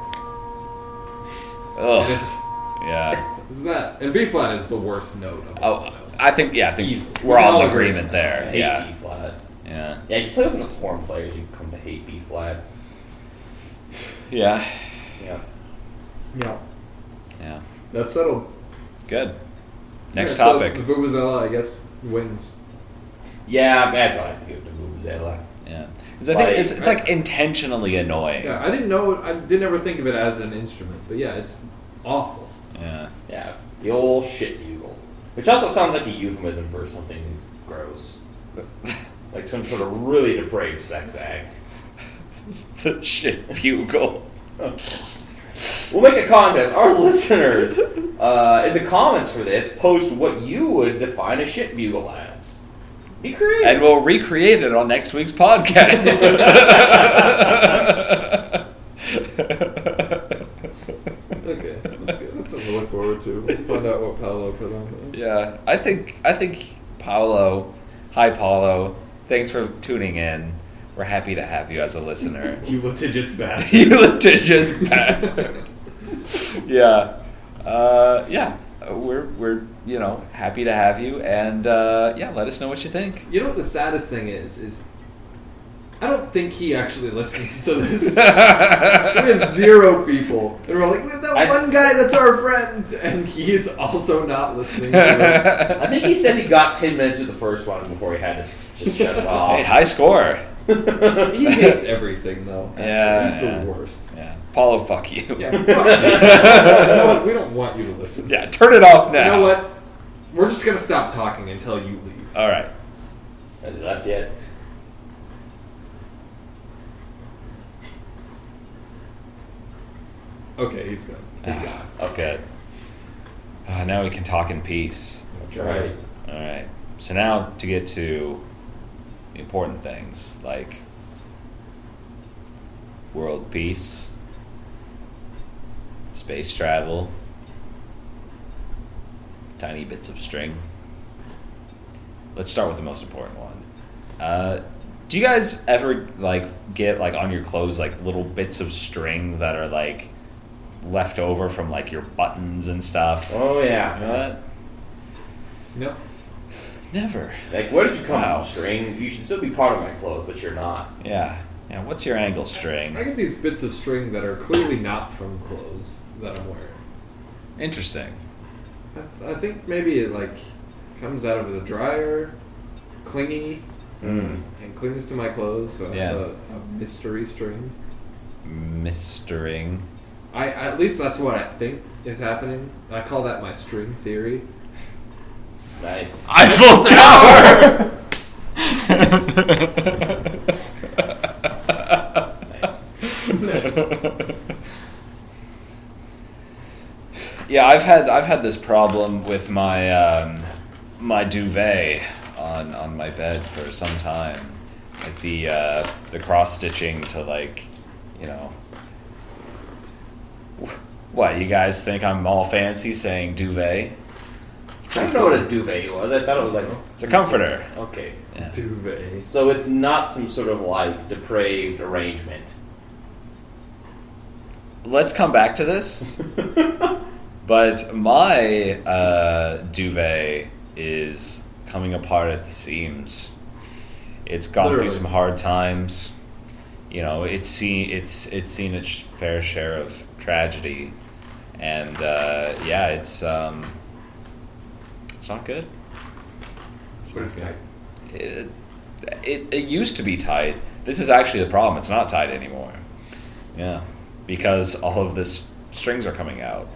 C: and
A: Ugh.
C: it's-
A: Yeah.
C: Is that and B flat is the worst note of all
A: Oh,
C: notes.
A: I think yeah. I think
C: Easily.
A: we're all
C: All
A: in
C: agree.
A: agreement
B: I
A: there.
B: hate
A: Yeah.
B: B flat.
A: Yeah.
B: Yeah, you play with enough horn players, you come to hate B flat.
A: Yeah.
B: Yeah.
C: yeah,
A: Yeah.
C: that's settled.
A: Good. Next
C: Yeah, so
A: topic.
C: the Vuvuzela, I guess, wins.
B: Yeah, I'd probably have to give it to Vuvuzela.
A: yeah. 'Cause I think it's, it's
C: Like-
A: like intentionally annoying.
C: Yeah, I didn't know. I didn't ever think of it as an instrument, but yeah, it's awful.
A: Yeah.
B: Yeah, the old shit bugle. Which also sounds like a euphemism for something gross. like some sort of really depraved sex act.
A: the shit bugle.
B: We'll make a contest. Our listeners, uh, in the comments for this, post what you would define a shit bugle as. Be creative.
A: And we'll recreate it on next week's podcast.
C: Okay, that's good. That's something to look forward to. We'll find out what Paolo put on. there.
A: Yeah, I think I think Paolo, hi Paolo, thanks for tuning in. We're happy to have you as a listener.
B: you litigious bastard.
A: you litigious bastard. yeah, uh, yeah, we're we're you know happy to have you, and uh, yeah, let us know what you think.
C: You know what the saddest thing is? Is I don't think he actually listens to this. We have zero people, and we're like, we have that
B: I-
C: one guy that's our friend, and he's also not listening. to it.
B: I think he said he got 10 minutes of the first one before he had to just shut it
A: Hey,
B: off.
A: high score.
C: He hates everything though. That's-
A: Yeah,
C: he's
A: yeah.
C: the worst.
A: Yeah, Paulo, fuck you.
C: Yeah, fuck you. You know what? we don't want you to listen.
A: Yeah, turn it off now.
C: You know what? We're just gonna stop talking until you leave.
A: All right.
B: Has he left yet?
C: Okay, he's gone. He's
A: Ah.
C: gone.
A: Okay. Uh, Oh, now we can talk in peace.
B: That's right.
A: All right. So now to get to the important things like world peace, space travel, tiny bits of string. Let's start with the most important one. Uh, do you guys ever like get like on your clothes like little bits of string that are like left over from like your buttons and stuff?
B: Oh, yeah.
A: You know that?
C: No.
A: Never.
B: Like, where did you come
A: Wow.
B: from, string? You should still be part of my clothes, but you're not.
A: Yeah. Yeah. What's your angle
C: I
A: string?
C: get these bits of string that are clearly not from clothes that I'm wearing.
A: Interesting.
C: I, I think maybe it like comes out of the dryer, clingy, and clings to my clothes. So I have
A: Yeah.
C: a, a mystery string.
A: Mistering.
C: I at least that's what I think is happening. I call that my string theory.
B: Nice.
A: Eiffel Tower. yeah, I've had I've had this problem with my um, my duvet on on my bed for some time, like the uh, the cross stitching to like, you know. Wh- What you guys think? I'm all fancy saying duvet.
B: I don't know what a duvet was. I thought it was like
A: It's a comforter.
B: okay.
A: Yeah.
C: Duvet.
B: So it's not some sort of like depraved arrangement.
A: Let's come back to this. But my uh, duvet is coming apart at the seams. It's gone
C: Literally.
A: through some hard times. You know, it's seen it's it's seen its fair share of tragedy, and uh, yeah, it's um, it's not good. It's not good. It, it it used to be tight. This is actually the problem. It's not tight anymore. Yeah, because all of this strings are coming out.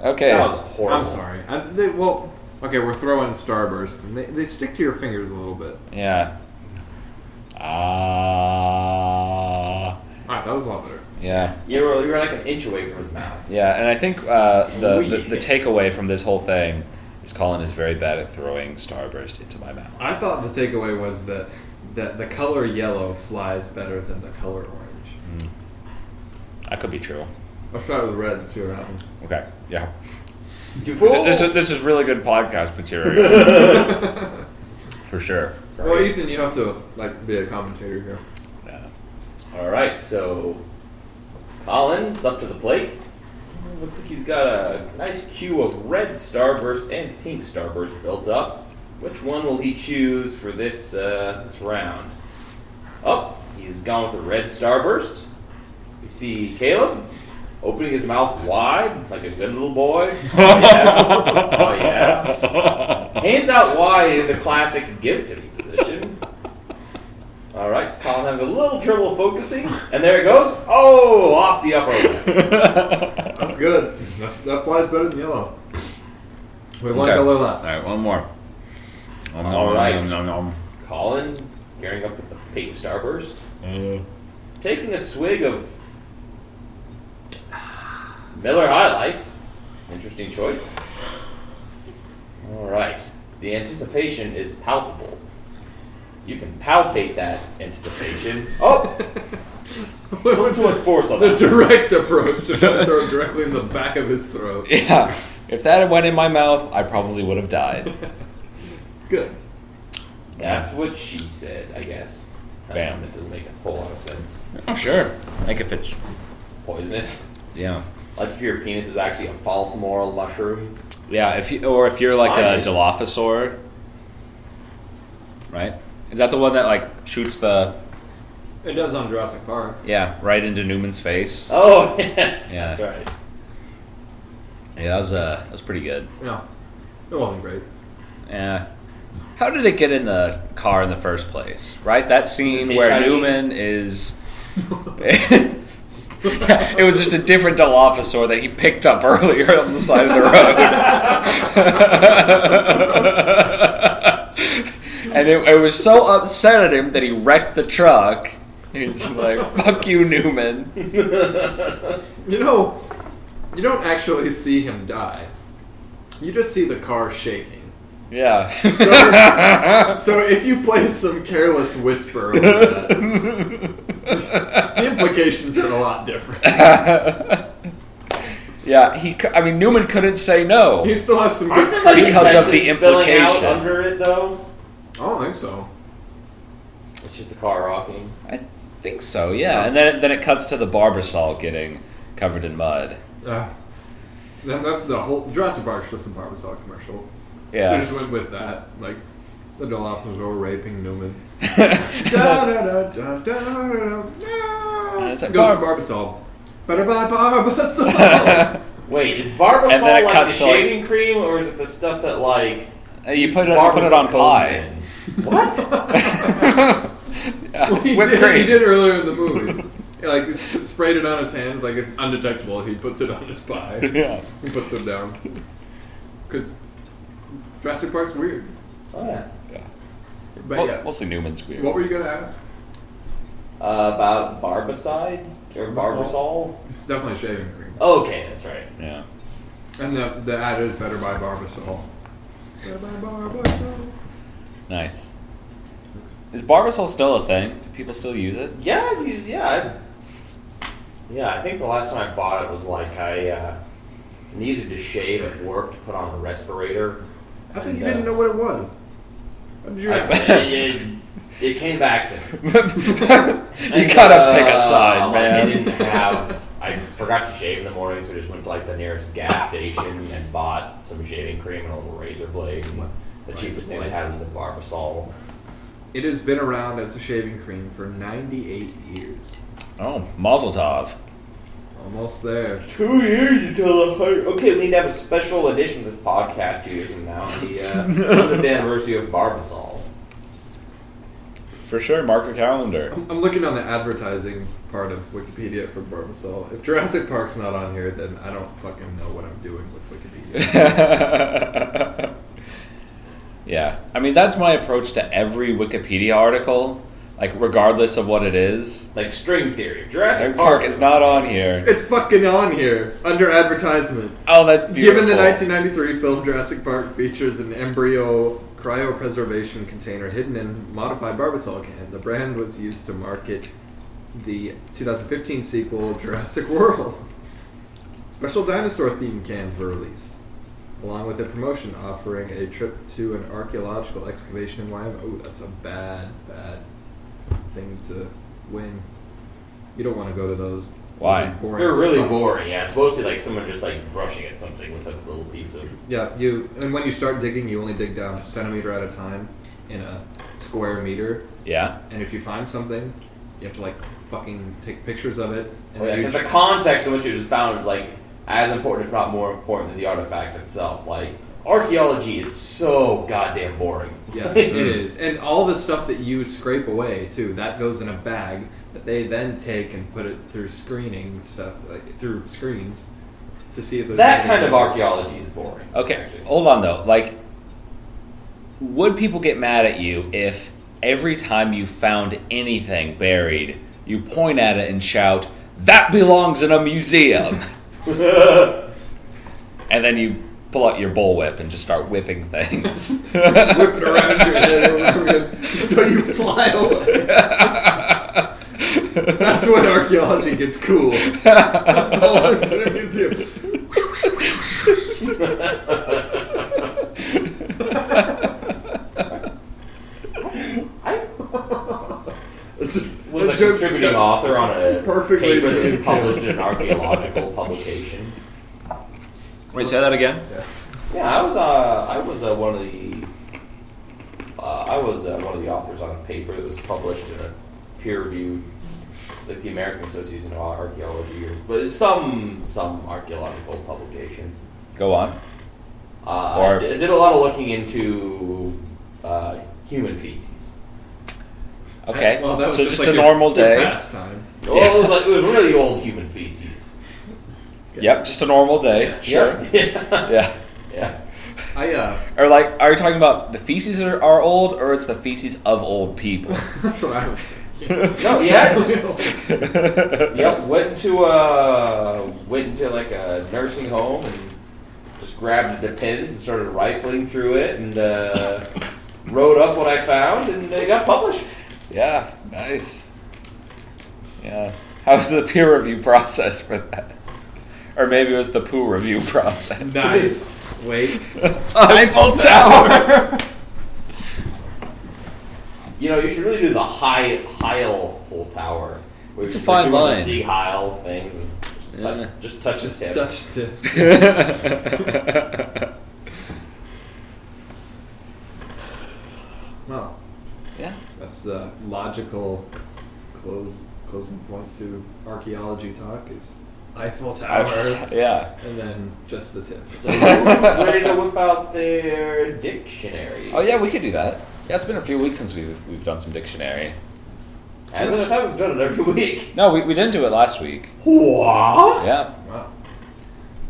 A: Okay.
B: That was horrible.
C: I'm sorry. I, they, well, okay, we're throwing starburst, and they, they stick to your fingers a little bit.
A: Yeah. Ah.
C: All right, that was a lot better.
A: yeah.
B: You were, you were like an inch away from his mouth.
A: Yeah, and I think uh, the, the the
B: Wee.
A: takeaway from this whole thing is Colin is very bad at throwing starburst into my mouth.
C: I thought the takeaway was that that the color yellow flies better than the color orange.
A: Mm. That could be true.
C: I'll try it with red and see what happens.
A: Okay. Yeah.
B: You
A: This
B: fools!
A: is, this is this is really good podcast material for sure.
C: Well, Ethan, you have to like be a commentator here.
A: Yeah.
B: All right, so Collins up to the plate. Looks like he's got a nice queue of red starburst and pink starburst built up. Which one will he choose for this uh, this round? Up, he's gone with the red starburst. We see Caleb opening his mouth wide like a good little boy. Oh yeah, oh yeah. Hands out wide in the classic give it to me position. All right, Colin having a little trouble focusing, and there it goes. Oh, off the upper lip.
C: That's good. That's, that flies better than yellow. We have one
A: Okay.
C: color
A: All
C: left.
A: right, one more. Nom,
B: All
A: nom,
B: right.
A: nom, nom,
B: Colin gearing up with the pink starburst,
A: nom.
B: taking a swig of Miller High Life. Interesting choice. All right, the anticipation is palpable. You can palpate that anticipation. Oh, put too much force on
C: the
B: that.
C: direct approach to try to throw it directly in the back of his throat.
A: Yeah. If that had went in my mouth, I probably would have died.
C: Good.
B: That's what she said, I guess. I
A: Bam.
B: mean, That doesn't make a whole lot of sense.
A: Oh, sure. Like if it's
B: Poisonous.
A: yeah,
B: Like if your penis is actually a false moral mushroom.
A: yeah. If you or if you're like
B: Mine is-
A: a Dilophosaur, right? Is that the one that like shoots the
C: It does on Jurassic Park.
A: yeah right into Newman's face?
B: Oh, yeah.
A: Yeah.
B: That's right.
A: Yeah, that was uh, that was pretty good.
C: No, it wasn't great.
A: Yeah. How did it get in the car in the first place? Right, that scene
B: It
A: where
B: HIV?
A: Newman is. Yeah, it was just a different Dilophosaur that he picked up earlier on the side of the road. and it, it was so upset at him that he wrecked the truck. He's like, fuck you, Newman.
C: You know, you don't actually see him die. You just see the car shaking.
A: Yeah.
C: So- So if you play some careless whisper over that, the implications are a lot different.
A: yeah, he. cou- I mean, Newman couldn't say no.
C: He still has some good
B: Aren't
C: screen-
B: there, like,
A: Because of the
B: intestines spilling out
A: implication.
B: under it though.
C: I don't think so.
B: It's just the car rocking.
A: I think so. Yeah, and then it, then it cuts to the barbersol getting covered in mud.
C: Uh, Then the, the whole Jurassic Park Tristan Barbasol commercial. They just went with that. Like, the dolphins were raping Newman. da, da, da, da, da, da, da.
A: And it's like,
C: Goes
A: Barb-
C: Barbasol. Ba ba Barbasol.
B: Wait, is Barbasol
A: And then it
B: like
A: cuts
B: the
A: to, like-
B: shaving cream, or is it the stuff that like
A: Uh, you put it, you put it on pie.
B: Barbara comes in? What?
A: Yeah,
C: Well, he,
A: whipped
C: did,
A: cream.
C: he did earlier in the movie. He, like s- sprayed it on his hands, like it's undetectable. He puts it on his pie.
A: Yeah.
C: he puts it down. Because Jurassic Park's weird.
B: oh, yeah.
A: yeah.
C: But
A: Well,
C: yeah,
A: Mostly Newman's weird.
C: what were you gonna ask?
B: Uh, about Barbicide or
C: Barbasol.
B: Barbasol? Oh,
C: It's definitely shaving cream.
B: Okay, that's right.
A: Yeah.
C: And the the ad is better by Barbasol. Better by Barbasol.
A: Nice. Is Barbasol still a thing? Do people still use it?
B: Yeah, I've used. Yeah, I, yeah. I think the last time I bought it was like I uh, needed to shave at work to put on a respirator.
C: I think
B: And,
C: you
B: uh,
C: didn't know what it was. How did you?
B: I-
C: act?
B: it, it came back to. me.
A: you gotta pick a
B: Uh,
A: side,
B: like, I
A: man.
B: didn't have. I forgot to shave in the morning, so I just went to like the nearest gas station and bought some shaving cream and a little razor blade. And the cheapest thing they had was the Barbasol.
C: It has been around as a shaving cream for 98 years.
A: Oh, Mazel Tov.
C: Almost there.
B: Two years until the hundred. Okay, we need to have a special edition of this podcast two years from now. The uh, 100th anniversary of Barbasol.
A: For sure, mark your calendar.
C: I'm, I'm looking on the advertising part of Wikipedia for Barbasol. If Jurassic Park's not on here, then I don't fucking know what I'm doing with Wikipedia.
A: yeah. I mean, that's my approach to every Wikipedia article, like, regardless of what it is.
B: Like string theory. Jurassic
A: Jurassic Park is not on here.
C: it's fucking on here under advertisement.
A: Oh, that's beautiful.
C: Given the 1993 film Jurassic Park features an embryo cryopreservation container hidden in modified Barbasol can, the brand was used to market the 2015 sequel Jurassic World. Special dinosaur themed cans were released, along with a promotion offering a trip to an archaeological excavation in Wyoming. Oh, that's a bad, bad thing to win. You don't want to go to those.
A: Why?
C: Those are boring
B: They're
C: as
B: really
C: fuck.
B: boring. Yeah, it's mostly like someone just like brushing at something with a little piece of.
C: Yeah, you and when you start digging, you only dig down a centimeter at a time in a square meter.
A: yeah.
C: And if you find something, you have to like fucking take pictures of it. And
B: Because
C: then Oh, you
B: the context in which it was found is like as important, if not more important, than the artifact itself. Like archaeology is so goddamn boring.
C: yeah, it is. And all the stuff that you scrape away too, that goes in a bag that they then take and put it through screening stuff, like through screens, to see if there's
B: that
C: anything
B: kind of
C: there.
B: archaeology is boring.
A: Okay,
B: actually.
A: hold on though. Like, would people get mad at you if every time you found anything buried, you point at it and shout, "That belongs in a museum," and then you pull out your bullwhip and just start whipping things?
C: Just whip it around your head over and over again until you fly away. That's when archaeology gets cool. Belongs in a museum.
B: I
C: It's just
B: was a
C: joke is
B: contributing
C: that-
B: author on a
C: Perfectly
B: paper that was
C: communicated.
B: published in an archaeological publication.
A: Wait, say that again.
C: Yeah.
B: Yeah, I was uh, I was uh, one of the uh, I was uh, one of the authors on a paper that was published in a peer reviewed like the American Association of Archaeology or but it's some some archaeological publication.
A: Go on.
B: Uh,
A: Or-
B: I did, I did a lot of looking into uh, human feces.
A: Okay.
C: Well, that was
A: so
C: just,
A: just, a
C: like your-
A: normal
C: your
A: day.
C: pastime.
B: Well, it was like it was really old human feces.
A: Yep, just a normal day. Sure.
B: Yeah.
A: Yeah.
B: yeah.
C: I uh,
A: Or like, are you talking about the feces are, are old, or it's the feces of old people?
C: that's what I was. Thinking.
B: No, yeah. it was- Yep, went to uh went into like a nursing home and just grabbed the pins and started rifling through it and uh, wrote up what I found and it got published.
A: Yeah, nice. Yeah. How was the peer review process for that? Or maybe it was the poo review process.
C: Nice. Wait.
A: Eiffel Tower!
B: You know, you should really do the high Heil full tower. Where
A: It's
B: you're
A: a fine
B: doing the
A: line.
B: Sea Heil things and just Touch,
A: Yeah.
B: Just touch his
C: Just
B: hips.
C: touch tips. Well,
A: yeah.
C: that's the logical close closing point to archaeology talk is Eiffel Tower,
A: yeah.
C: and then just the tip.
B: So who's ready to whip out their dictionary?
A: Oh yeah, we could do that. Yeah, it's been a few weeks since we've we've done some dictionary.
B: As in, I thought we've done it every week.
A: No, we, we didn't do it last week.
B: What?
A: Yeah,
C: Wow.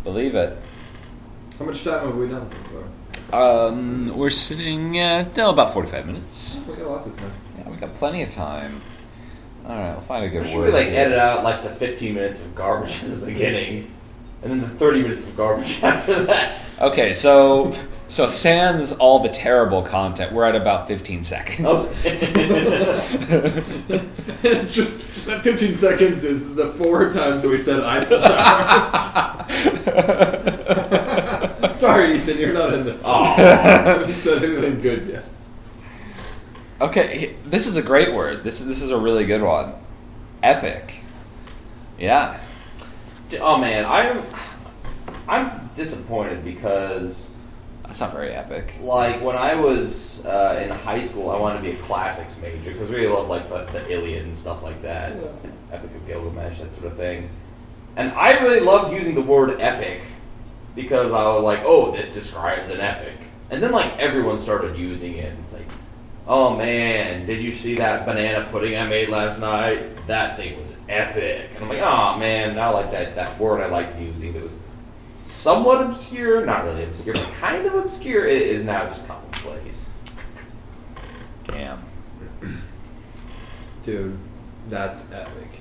A: believe it.
C: How much time have we done so far?
A: Um, we're sitting at no, about forty-five minutes.
C: We got lots of time.
A: Yeah, we got plenty of time. All right, we'll find a good
B: Should
A: word.
B: we like
A: here.
B: edit out like the 15 minutes of garbage at the beginning, and then the 30 minutes of garbage after that?
A: Okay, so so sans all the terrible content, we're at about fifteen seconds.
B: Oh.
C: it's just that 15 seconds is the four times we said Eiffel Tower. Sorry, Ethan, you're not in this.
B: Aw.
C: we said anything good yet.
A: Okay, this is a great word. This is- this is a really good one. Epic. Yeah.
B: Oh man, I'm I'm disappointed because
A: That's not very epic.
B: like when I was uh, in high school, I wanted to be a classics major because we love like the, the Iliad and stuff like that,
C: Yeah.
B: Epic of Gilgamesh, that sort of thing. And I really loved using the word epic because I was like, oh, this describes an epic. And then like everyone started using it. It's like, oh man, did you see that banana pudding I made last night? That thing was epic. And I'm like, oh man, I like that that word I liked using. It was somewhat obscure, not really obscure, but kind of obscure. It is now just commonplace.
A: Damn.
C: Dude, that's epic.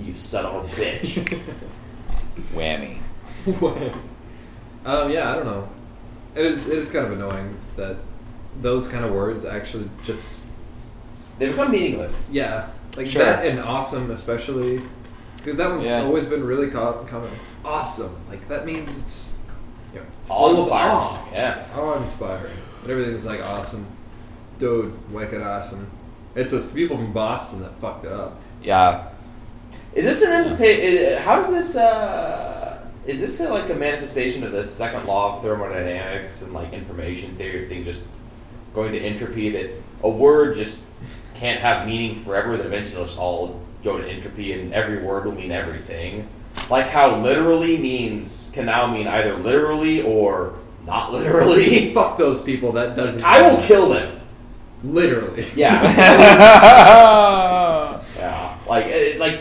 B: You son of a bitch.
A: Whammy.
C: um, yeah, I don't know. It is, it is kind of annoying that those kind of words actually just,
B: they become meaningless.
C: yeah. Like
A: Sure.
C: that and awesome, especially. Because that one's
A: Yeah.
C: always been really co- common. Awesome. Like, that means it's, you know, it's
B: All
C: full of
B: inspiring.
C: awe.
B: Yeah.
C: awe inspiring. But everything's like awesome. Dude, wicked awesome. It's those people from Boston that fucked it up.
A: Yeah.
B: Is this an invitation? How does this? Uh, is this uh like a manifestation of the second law of thermodynamics and like information theory of things just going to entropy? That a word just can't have meaning forever. That eventually it'll just all go to entropy, and every word will mean everything. Like how literally means can now mean either literally or not literally.
C: Fuck those people, that doesn't
B: I will kill them.
C: Literally.
B: Yeah.
A: yeah.
B: Yeah, like it, like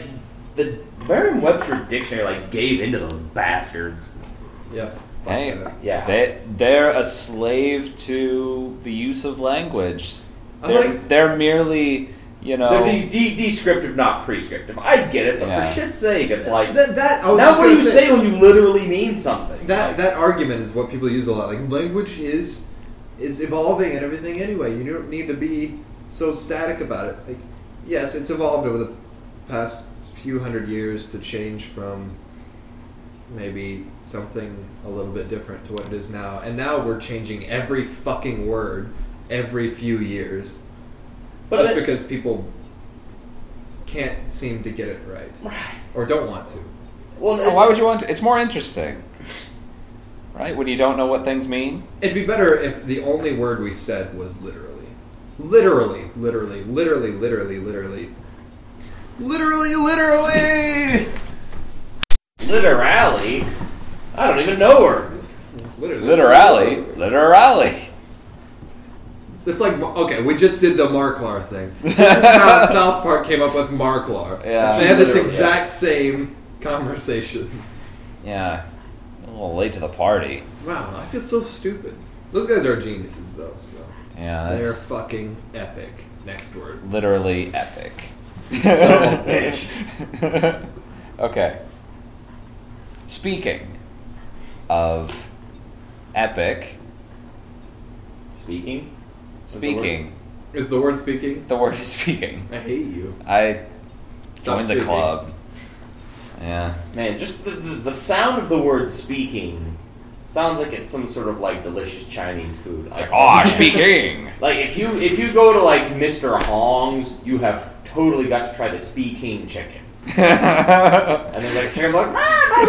B: the Merriam-Webster dictionary like gave into those bastards.
C: Yeah. fuck
A: Hey.
C: that.
B: Yeah,
A: They they're a slave to the use of language.
C: I
A: They're,
C: like-
A: they're merely, you
B: they're
A: know,
B: de- de- descriptive, not prescriptive. I get it, but
A: Yeah.
B: for shit's sake, it's like
C: that, that, I was
B: now
C: just
B: what do
C: gonna
B: you say when you literally mean something?
C: That
B: Like,
C: that argument is what people use a lot. Like language is is evolving and everything anyway. You don't need to be so static about it. Like yes, it's evolved over the past few hundred years to change from maybe something a little bit different to what it is now. And now we're changing every fucking word every few years.
B: but
C: just
B: it-
C: because people can't seem to get it right.
B: Right.
C: Or don't want to.
B: well,
A: Well, why would you want to? It's more interesting, right? When you don't know what things mean.
C: It'd be better if the only word we said was literally. Literally, literally, literally, literally, literally. Literally, literally!
B: you literally? I don't even know her.
C: literally.
A: Literally, literally.
C: It's like, okay, we just did the Marklar thing. This is how South Park came up with Marklar.
A: Yeah.
C: They had this
B: Literally, yeah.
C: exact same conversation.
A: Yeah, a little late to the party.
C: Wow, I feel so stupid. Those guys are geniuses, though, so.
A: Yeah, that's
C: They're fucking epic. Next word.
A: literally epic.
B: son of a
A: bitch. okay. Speaking of epic,
B: Speaking. the word?
A: speaking.
C: Is the word speaking?
A: The word is speaking.
C: I hate you.
A: I
C: Stop
A: joined the
C: speaking.
A: club. Yeah.
B: Man, just the, the, the sound of the word speaking sounds like it's some sort of like delicious Chinese food. Like,
E: "Oh,
A: Ah,
B: man.
A: speaking.
B: Like if you if you go to like Mr. Hong's, you have totally got to try the speaking chicken. And then like chicken, like, ah,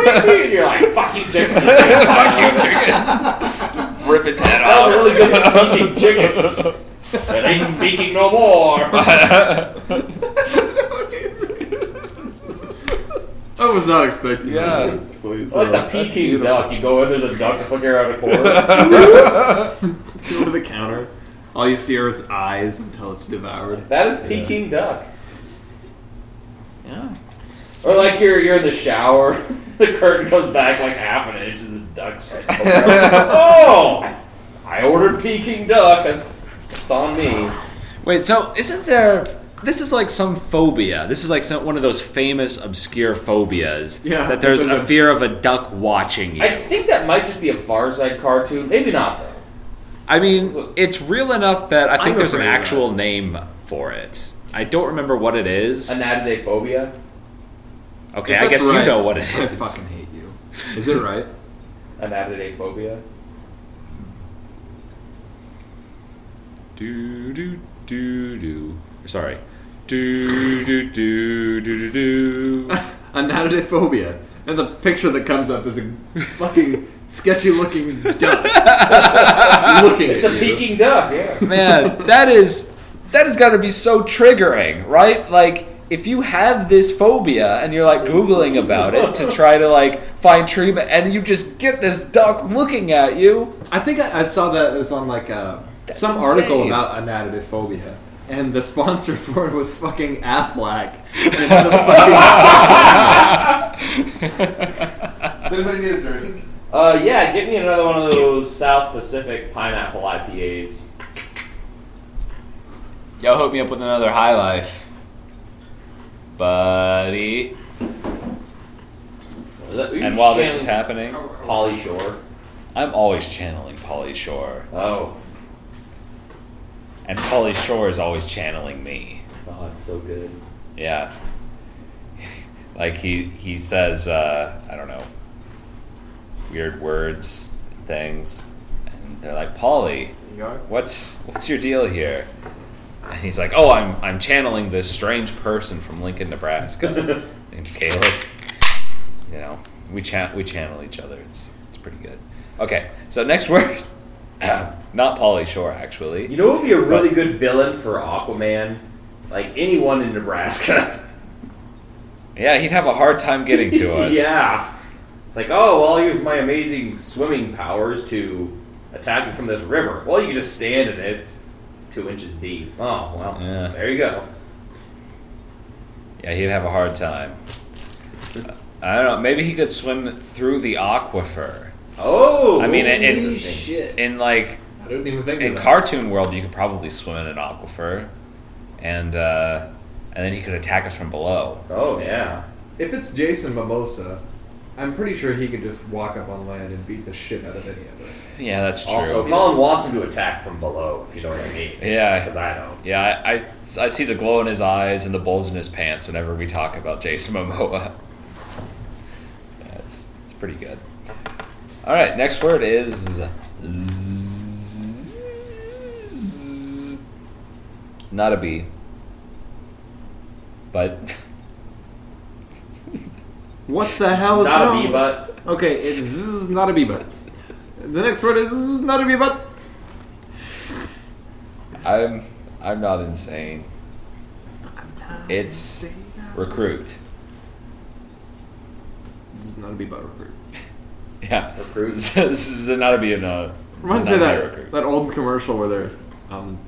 B: my baby! And you're like, fuck you, chicken.
A: Fuck you, chicken. Rip its head
B: That
A: off.
B: was a really good speaking chicken. It ain't speaking no more.
C: I was not expecting
A: Yeah.
C: that. That's please.
B: Like the Peking duck, you go in, there's a duck just looking around the corner.
C: Go over the counter. All you see are its eyes until it's devoured.
B: That is Peking duck.
A: yeah.
B: Or like you're you're in the shower, the curtain comes back like half an inch, and this duck's like, oh, I ordered Peking duck. It's, it's on me.
E: Wait, so isn't there? This is like some phobia. This is like some, one of those famous obscure phobias.
C: Yeah,
E: That there's
C: there's
E: a
C: a-
E: fear of a duck watching you.
B: I think that might just be a Far Side cartoon. Maybe not though.
E: I mean, it's real enough that I think
C: I'm
E: there's an
C: afraid of
E: actual name for it. I don't remember what it is.
B: Anatidae phobia.
E: Okay, I guess
F: That's right.
E: you know what it
F: I
E: is.
F: fucking hate you. Is it right?
B: Anatidae phobia.
E: Do do do do. Sorry. Do do do do do do.
C: Anatodophobia. And the picture that comes up is a fucking sketchy looking duck. looking
B: It's a
C: at you.
B: Peking duck. Yeah.
A: Man, that is that has got to be so triggering, right? Like if you have this phobia and you're like googling about it to try to like find treatment and you just get this duck looking at you.
C: I think I, I saw that it was on like a,
A: That's
C: some article
A: insane.
C: about anatodophobia. And the sponsor for it was fucking Aflac. And it had a fucking- Does anybody need a drink?
B: Uh, yeah. Get me another one of those South Pacific pineapple IPAs.
A: Yo, hook me up with another high life. Buddy.
B: Is that-
A: And while this is happening,
B: Polly Shore.
A: I'm always channeling Polly Shore.
B: Oh,
A: And Polly Shore is always channeling me.
B: oh, it's so good.
A: Yeah. like he he says uh, I don't know weird words things and they're like Polly what's what's your deal here and he's like oh I'm I'm channeling this strange person from Lincoln Nebraska named Caleb you know we chat we channel each other it's it's pretty good okay so next word not Polly Shore actually
B: You know, what would be a really good villain for Aquaman, like anyone in Nebraska.
A: yeah he'd have a hard time getting to us
B: yeah, it's like, oh, well, I'll use my amazing swimming powers to attack you from this river. Well, you can just stand in it. It's two inches deep. Oh, well,
A: Yeah.
B: there you go.
A: Yeah, he'd have a hard time. I don't know. Maybe he could swim through the aquifer.
B: Oh,
A: I mean, it- it-
F: Holy
B: interesting.
F: shit!
A: In like
F: I didn't even think
A: in
F: of that.
A: cartoon world, you could probably swim in an aquifer, and uh, and then he could attack us from below.
B: Oh yeah,
F: If it's Jason Mimosa, I'm pretty sure he could just walk up on land and beat the shit out of any of us.
A: Yeah, that's true.
B: also Colin wants him to attack from below. If you know what I mean. because
A: yeah,
B: I don't.
A: yeah. I, I I see the glow in his eyes and the bulge in his pants whenever we talk about Jason Momoa. That's it's pretty good. All right, next word is not a B, but
C: What the hell is
B: Not
C: wrong?
B: a bee butt.
C: Okay, it's zzz, not a bee butt. The next word is zzz, not a bee butt.
A: I'm I'm not insane. It's recruit.
C: This is not a bee butt recruit.
A: Yeah,
B: Recruit.
A: this is not a B, no.
C: Reminds
A: not
C: me of
A: a
C: that,
A: recruit.
C: that old commercial where they're um,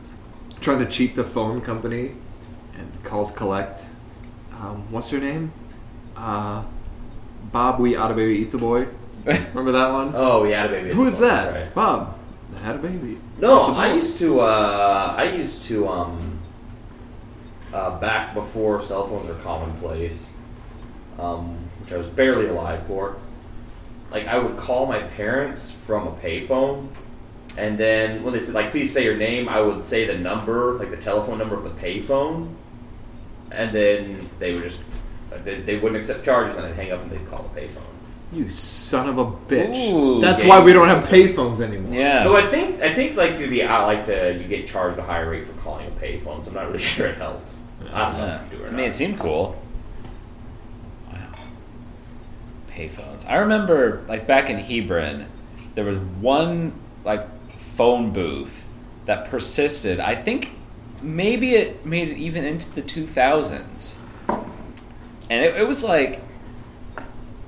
C: trying to cheat the phone company and calls collect. Um, what's your name? Uh, Bob, we out a baby eats a boy. Remember that one?
B: Oh, we had a baby. at
C: Who
B: some
C: is
B: point, that's
C: that?
B: right.
C: Bob. I had a baby.
B: No,
C: It's a
B: I
C: boy.
B: used to. Uh, I used to. Um, uh, back before cell phones were commonplace, um, which I was barely alive for. Like I would call my parents from a payphone, and then when they said like, "Please say your name," I would say the number, like the telephone number of the payphone, and then they would just they, they wouldn't accept charges, and I'd hang up and they'd call the payphone.
C: You son of a bitch.
A: Ooh,
C: That's
B: yeah,
C: why
B: you
C: we don't have
B: messed up.
C: payphones anymore.
A: Yeah.
B: Though I think I think like the uh, like the you get charged a higher rate for calling a payphone, so I'm not really sure it helped. I don't know
A: Yeah.
B: if you do or
A: I
B: not.
A: mean, it seemed cool. payphones. I remember like back in Hebron, there was one like phone booth that persisted. I think maybe it made it even into the 2000s. And it, it was like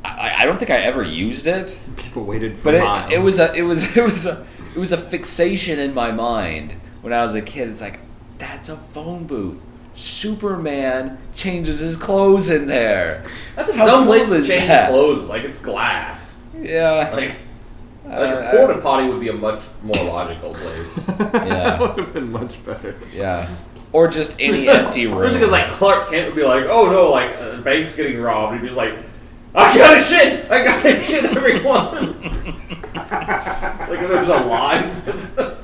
A: I, I don't think I ever used it,
G: People waited for
A: but
G: miles.
A: it, it was a it was it was a it was a fixation in my mind when I was a kid. It's like that's a phone booth. Superman changes his clothes in there.
B: That's a
A: How
B: dumb
A: cool
B: place to
A: is
B: change
A: that?
B: clothes. Like it's glass.
A: Yeah.
B: Like
A: Uh,
B: like a porta potty would be a much more logical place.
A: Yeah.
G: that would have been much better.
A: yeah. Or just any empty room.
B: Especially because like Clark Kent would be like, oh no, like a bank's getting robbed. He'd be just like, I gotta shit, I gotta shit everyone. like if there's a line. for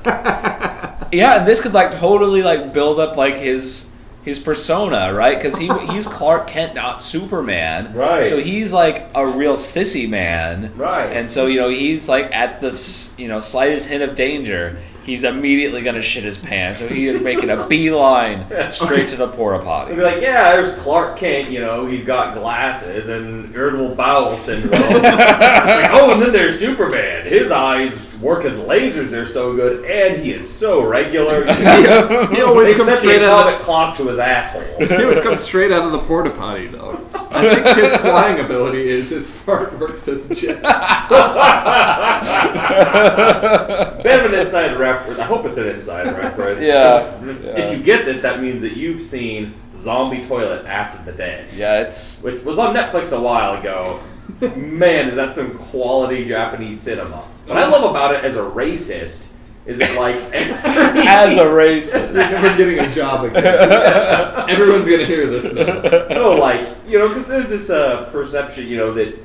B: that.
A: yeah, and this could like totally like build up like his his persona, right? Because he he's Clark Kent, not Superman,
B: Right.
A: So he's like a real sissy man,
B: Right.
A: And so you know he's like at this you know slightest hint of danger, he's immediately gonna shit his pants. So he is making a beeline straight to the porta
B: They'd
A: potty.
B: be like, yeah, there's Clark Kent. You know, he's got glasses and irritable bowel syndrome. it's like, oh, and then there's Superman. His eyes work as lasers. They're so good, and he is so regular.
G: He
B: they
G: always comes
B: set the
G: straight out.
B: atomic clock to his asshole.
G: Of the, he always comes straight out of the porta potty, though. I think his flying ability is his fart works as a jet.
B: Bit of an inside reference. I hope it's an inside reference.
A: Yeah.
B: If,
A: Yeah.
B: if you get this, that means that you've seen Zombie Toilet Ass of the Day,
A: Yeah, it's
B: which was on Netflix a while ago. Man, is that some quality Japanese cinema. What I love about it as a racist is it like
A: as a racist.
G: You're never getting a job again. Everyone's gonna hear this now.
B: no, Oh, like you know, because there's this uh, perception, you know, that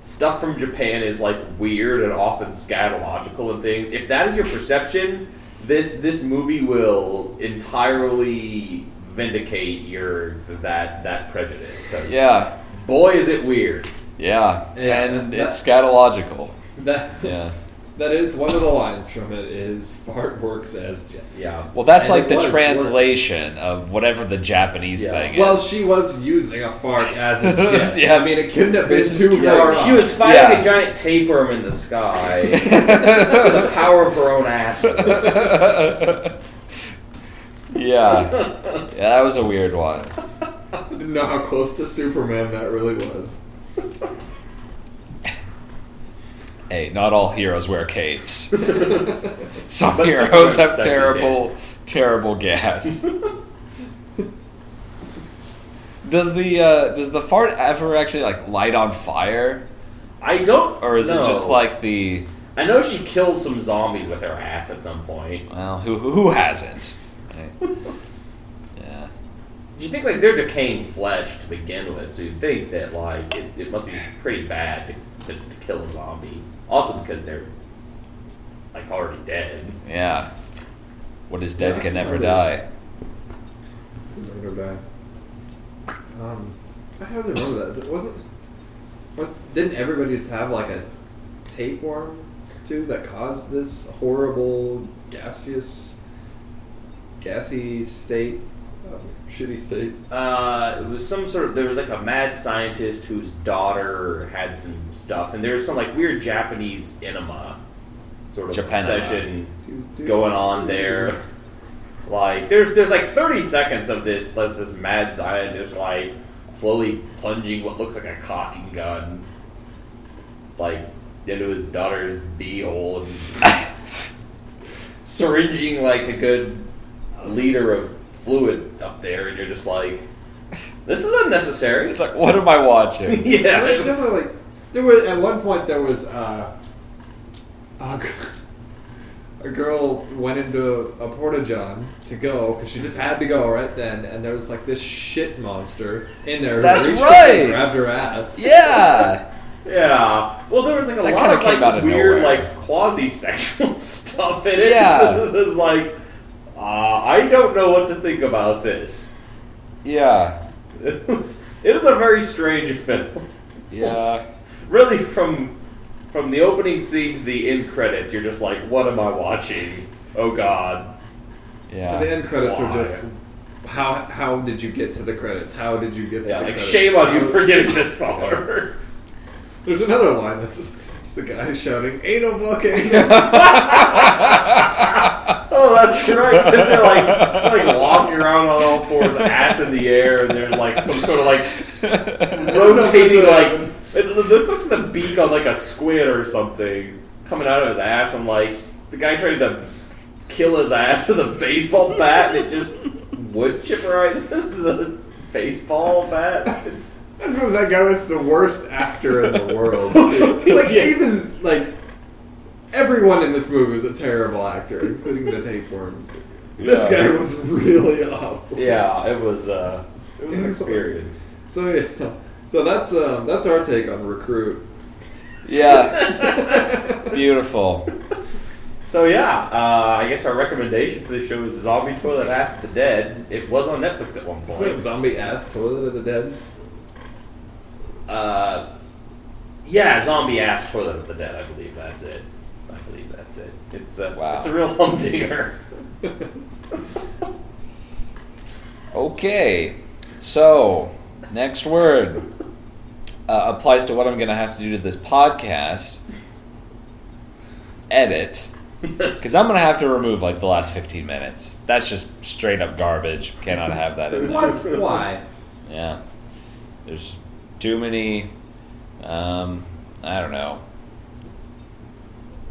B: stuff from Japan is like weird and often scatological and things. If that is your perception, this this movie will entirely vindicate your that that prejudice. 'cause
A: Yeah,
B: boy, is it weird.
A: yeah,
C: Yeah,
A: and
C: that-
A: it's scatological.
C: That
A: Yeah.
C: that is one of the lines from it. Is fart works as jet.
B: Yeah,
A: Well, that's
C: And
A: like
C: it
A: the
C: was, it worked.
A: translation of whatever the Japanese
B: Yeah.
A: thing is.
C: Well, she was using a fart as a jet.
A: Yeah.
C: I mean, it couldn't have
A: This
C: been
A: is
C: too
A: true.
C: far.
B: she
C: off.
B: was fighting
A: Yeah.
B: a giant tapeworm in the sky. with the power of her own ass.
A: yeah. Yeah, that was a weird one.
G: Didn't know how close to Superman that really was.
A: Hey, not all heroes wear capes. Some
B: But
A: heroes
B: sometimes
A: have
B: that's a
A: terrible, terrible gas. does the uh, does the fart ever actually like light on fire,
B: I don't.
A: or is it just
B: know.
A: like the
B: I know she kills some zombies with her ass at some point.
A: well, who who, who hasn't? Right. Yeah.
B: You think like they're decaying flesh to begin with, so you'd think that like it, it must be pretty bad to, to, to kill a zombie. Also because they're like already dead.
A: Yeah. What is dead
G: Yeah,
A: can never
G: probably.
A: die.
G: Never die.
C: Um, I don't remember that. It wasn't. What, didn't everybody just have like a tapeworm too that caused this horrible gaseous, gassy state, um, shitty state?
B: Uh, it was some sort of there was like a mad scientist whose daughter had some stuff, and there was some like weird Japanese enema sort of
A: Japanema.
B: obsession
G: Do- do-
B: going on there. Like there's there's like 30 seconds of this like, this mad scientist like slowly plunging what looks like a cocking gun like into his daughter's beehole and syringing like a good liter of fluid up there, and you're just like, this is unnecessary.
A: It's like, what am I watching?
B: yeah,
G: There's definitely like there was at one point there was uh, a, g- a girl went into a porta john to go because she just had to go right then, and there was like this shit monster in there. who
A: That's
G: reached up and
A: right.
G: grabbed her ass.
A: yeah.
B: yeah. Well, there was like a
A: That
B: lot
A: kinda
B: of
A: came
B: like
A: out of
B: weird,
A: nowhere.
B: like quasi-sexual stuff in it.
A: Yeah.
B: So this is like, uh, I don't know what to think about this.
A: Yeah.
B: It was, it was a very strange film.
A: Yeah.
B: Really, from from the opening scene to the end credits, you're just like, what am I watching? Oh God.
G: And the
A: Yeah.
G: end credits are
B: Why?
G: just how how did you get to the credits? How did you get to
B: Yeah,
G: the
B: like
G: credits?
B: shame on you for getting this far.
C: There's another line that's just, just a guy shouting, anal booking!
B: Oh, that's right. 'cause They're like, they're like walking around on all fours, ass in the air, and there's like some sort of like rotating like it, it looks like the beak on like a squid or something coming out of his ass. I'm like, the guy tries to kill his ass with a baseball bat, and it just wood chipperizes the baseball bat. It's
C: I remember that guy was the worst actor in the world. dude. Like
B: Yeah.
C: even like everyone in this movie was a terrible actor, including the tapeworms. This
B: Yeah.
C: guy was really awful.
B: yeah, it was uh, it was an experience.
C: So yeah. So that's um, that's our take on recruit.
A: Yeah. Beautiful.
B: So yeah, uh, I guess our recommendation for the show is Zombie Toilet Ass of the Dead. It was on Netflix at one
C: It's like
B: point.
C: zombie ass toilet of the dead.
B: Uh, yeah, Zombie Ass Toilet of the Dead. I believe that's it. I believe that's it. It's a
A: Wow.
B: it's a real humdinger.
A: Okay. So, next word uh, applies to what I'm going to have to do to this podcast. Edit. Because I'm going to have to remove like the last 15 minutes. That's just straight up garbage. Cannot have that in there.
C: What? Why?
A: Yeah. There's too many, um, I don't know,